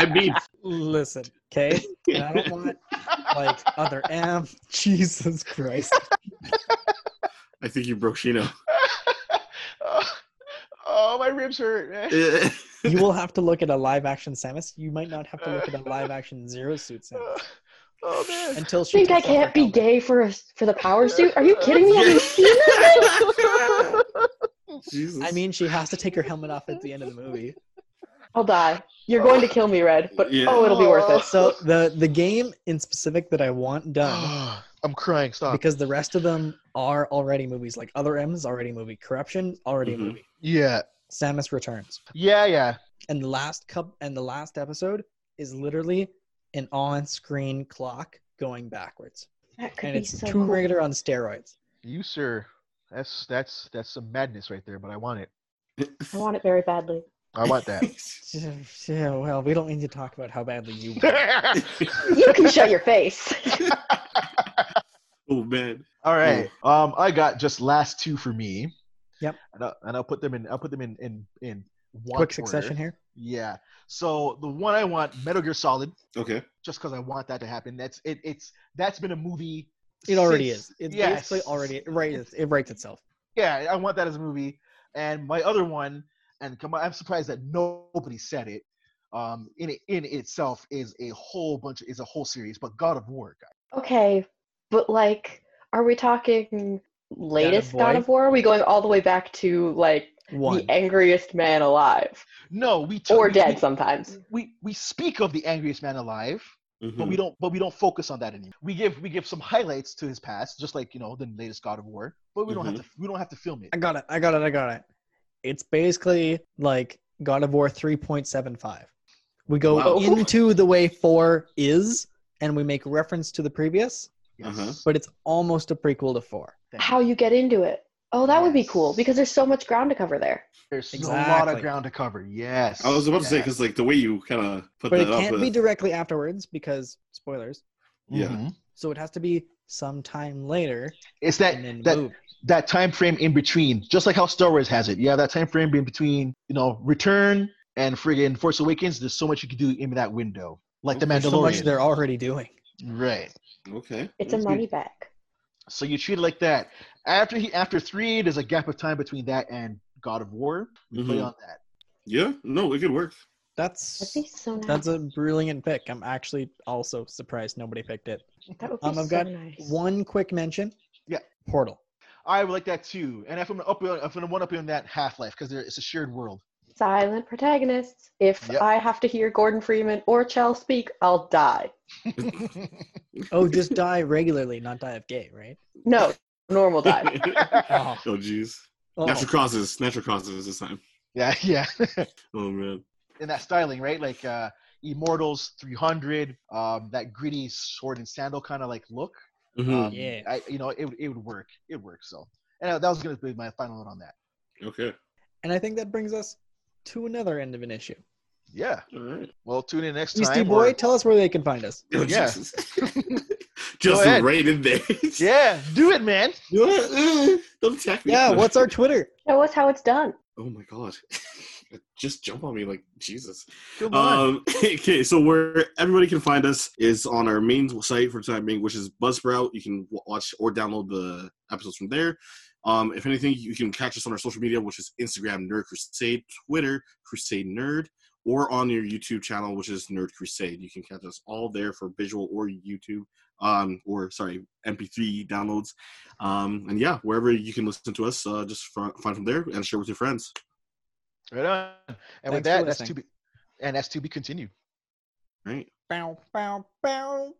S1: I mean,
S3: listen,
S4: *laughs*
S3: okay, and I don't want like other M. *laughs* Jesus Christ.
S1: I think you broke Shino. *laughs*
S4: oh, oh, my ribs hurt. man.
S3: You will have to look at a live action Samus. You might not have to look at a live action Zero Suit Samus
S4: oh man.
S3: until she
S2: Think I
S3: takes off her
S2: can't be
S3: helmet.
S2: gay for a, for the power suit? Are you kidding me? Have
S1: *laughs*
S2: you seen it?
S1: Jesus.
S3: I mean, she has to take her helmet off at the end of the movie.
S2: *laughs* I'll die. You're going to kill me, Red. But
S1: Yeah.
S2: oh, it'll be worth it.
S3: So the the game in specific that I want
S4: *gasps*
S3: done *gasps*
S4: I'm crying.
S3: uh,
S4: Stop.
S3: because the rest of them are already movies. Like other M is already a movie. Corruption already
S1: Mhm.
S3: a movie.
S4: yeah.
S3: Samus returns.
S4: Yeah. Yeah.
S3: and the last cup and the last episode is literally an on-screen clock going backwards
S2: That could
S3: and
S2: be
S3: it's
S2: so
S3: tomb
S2: cool.
S3: raider on steroids
S4: You sir. That's that's that's some madness right there. But I want it.
S2: I want it very badly.
S4: I want that.
S3: yeah, well we don't need to talk about how badly
S4: *laughs*
S3: you want it.
S4: you
S2: You can show your face.
S1: *laughs* oh man.
S4: All right. Um, I got just last two for me.
S3: Yep.
S4: And I'll, and I'll put them in. I'll put them in in in one
S3: quick succession here
S4: Yeah. So the one I want, Metal Gear Solid,
S1: Okay.
S4: just because I want that to happen. That's it. It's that's been a movie.
S3: it already
S4: since-
S3: is it's
S4: yes.
S3: basically already it writes, it writes itself
S4: Yeah, I want that as a movie. And my other one, and come on, I'm surprised that nobody said it. Um, in it, in itself is a whole bunch is a whole series, but God of War, guys.
S2: Okay, but like, are we talking latest
S3: Boy?
S2: God of War? Are we going all the way back to like
S3: One.
S2: the angriest man alive
S4: No, we t-
S2: or
S4: we-
S2: dead
S4: we-
S2: sometimes?
S4: We we speak of the angriest man alive, but we
S1: Mhm.
S4: don't but we don't focus on that anymore. We give we give some highlights to his past, just like you know the latest God of War, but we
S1: Mm-hmm.
S4: don't have to we don't have to film it.
S3: I got it. I got it. I got it. It's basically like God of War 3.75. We go
S1: Wow.
S3: into the way 4 is and we make reference to the previous,
S4: Yes.
S1: Uh-huh.
S3: but it's almost a prequel to 4.
S4: Thank
S2: How you get into it? Oh, that would be
S4: Yes.
S2: cool because there's so much ground to cover there.
S4: There's a lot
S3: Exactly.
S4: of ground to cover. Yes.
S1: I was about to say
S4: Yes.
S1: because like the way you kind of put
S3: But it
S1: that up,
S3: can't
S1: uh,
S3: be directly afterwards because spoilers.
S1: yeah.
S4: Mhm.
S3: So it has to be sometime later
S4: It's
S3: and then
S4: that that,
S3: move.
S4: that time frame in between, just like how Star Wars has it. Yeah, that time frame in between, you know, Return and friggin' Force Awakens. There's so much you can do in that window, like the
S1: There's
S4: Mandalorian.
S3: So much they're already doing.
S4: right.
S1: Okay.
S2: It's a
S1: That's good.
S2: money bag.
S4: So you treat it like that. After he after three, there's a gap of time between that and God of War. We play
S1: Mhm.
S4: on that.
S1: Yeah. No, it could
S3: *laughs*
S1: work. *laughs*
S3: That's
S2: That'd be so nice.
S3: that's a brilliant pick. I'm actually also surprised nobody picked it.
S2: that would be
S3: um, I've
S2: so
S3: got
S2: nice.
S3: One quick mention.
S4: Yeah.
S3: Portal.
S4: I would like that too. And if I'm up, if I'm one up in that Half Life, because it's a shared world. *laughs*
S2: Silent protagonists. If
S4: Yep.
S2: I have to hear Gordon Freeman or Chell speak, I'll die.
S3: Oh, just die regularly, not die of gay, right?
S2: No, normal
S3: *laughs*
S2: die.
S1: oh jeez.
S3: Oh.
S1: Natural causes. Natural causes this time.
S4: yeah, yeah.
S1: Oh man.
S4: in that styling, right? Like uh, Immortals 300, um, that gritty sword and sandal kind of like look.
S1: Mhm.
S4: Um,
S3: Yeah.
S4: I, you know, it, would- it would work. It works. So, and uh, that was going to be my final note on that.
S1: okay.
S3: And I think that brings us to another end of an issue.
S4: Yeah.
S1: All right.
S4: Well, tune in next
S3: Beastie
S4: time.
S3: Boy,
S4: or-
S3: tell us where they can find us.
S1: Oh, *laughs*
S4: Yeah.
S1: Jesus. Just
S4: ahead.
S1: right in there. *laughs*
S4: yeah, do it, man.
S1: You know what? Uh, Don't attack me. *laughs*
S3: Yeah, what's our Twitter?
S2: Show us how it's done.
S1: Oh my god. *laughs* Just jump on me like Jesus.
S4: Come on.
S1: Um, *laughs* okay, so where everybody can find us is on our main site for the time being, which is Buzzsprout. You can w- watch or download the episodes from there. Um, if anything, you can catch us on our social media, which is Instagram Nerd Crusade, Twitter Crusade Nerd, or on your YouTube channel, which is Nerd Crusade. You can catch us all there for visual or YouTube, um, or sorry, MP3 downloads. Um, and yeah, wherever you can listen to us, uh, just fr- find from there and share with your friends.
S4: right on. And with
S3: Thanks for
S4: that, that's to
S3: listening.
S4: be, and that's to be continued.
S1: All right.
S3: Bow, bow, bow.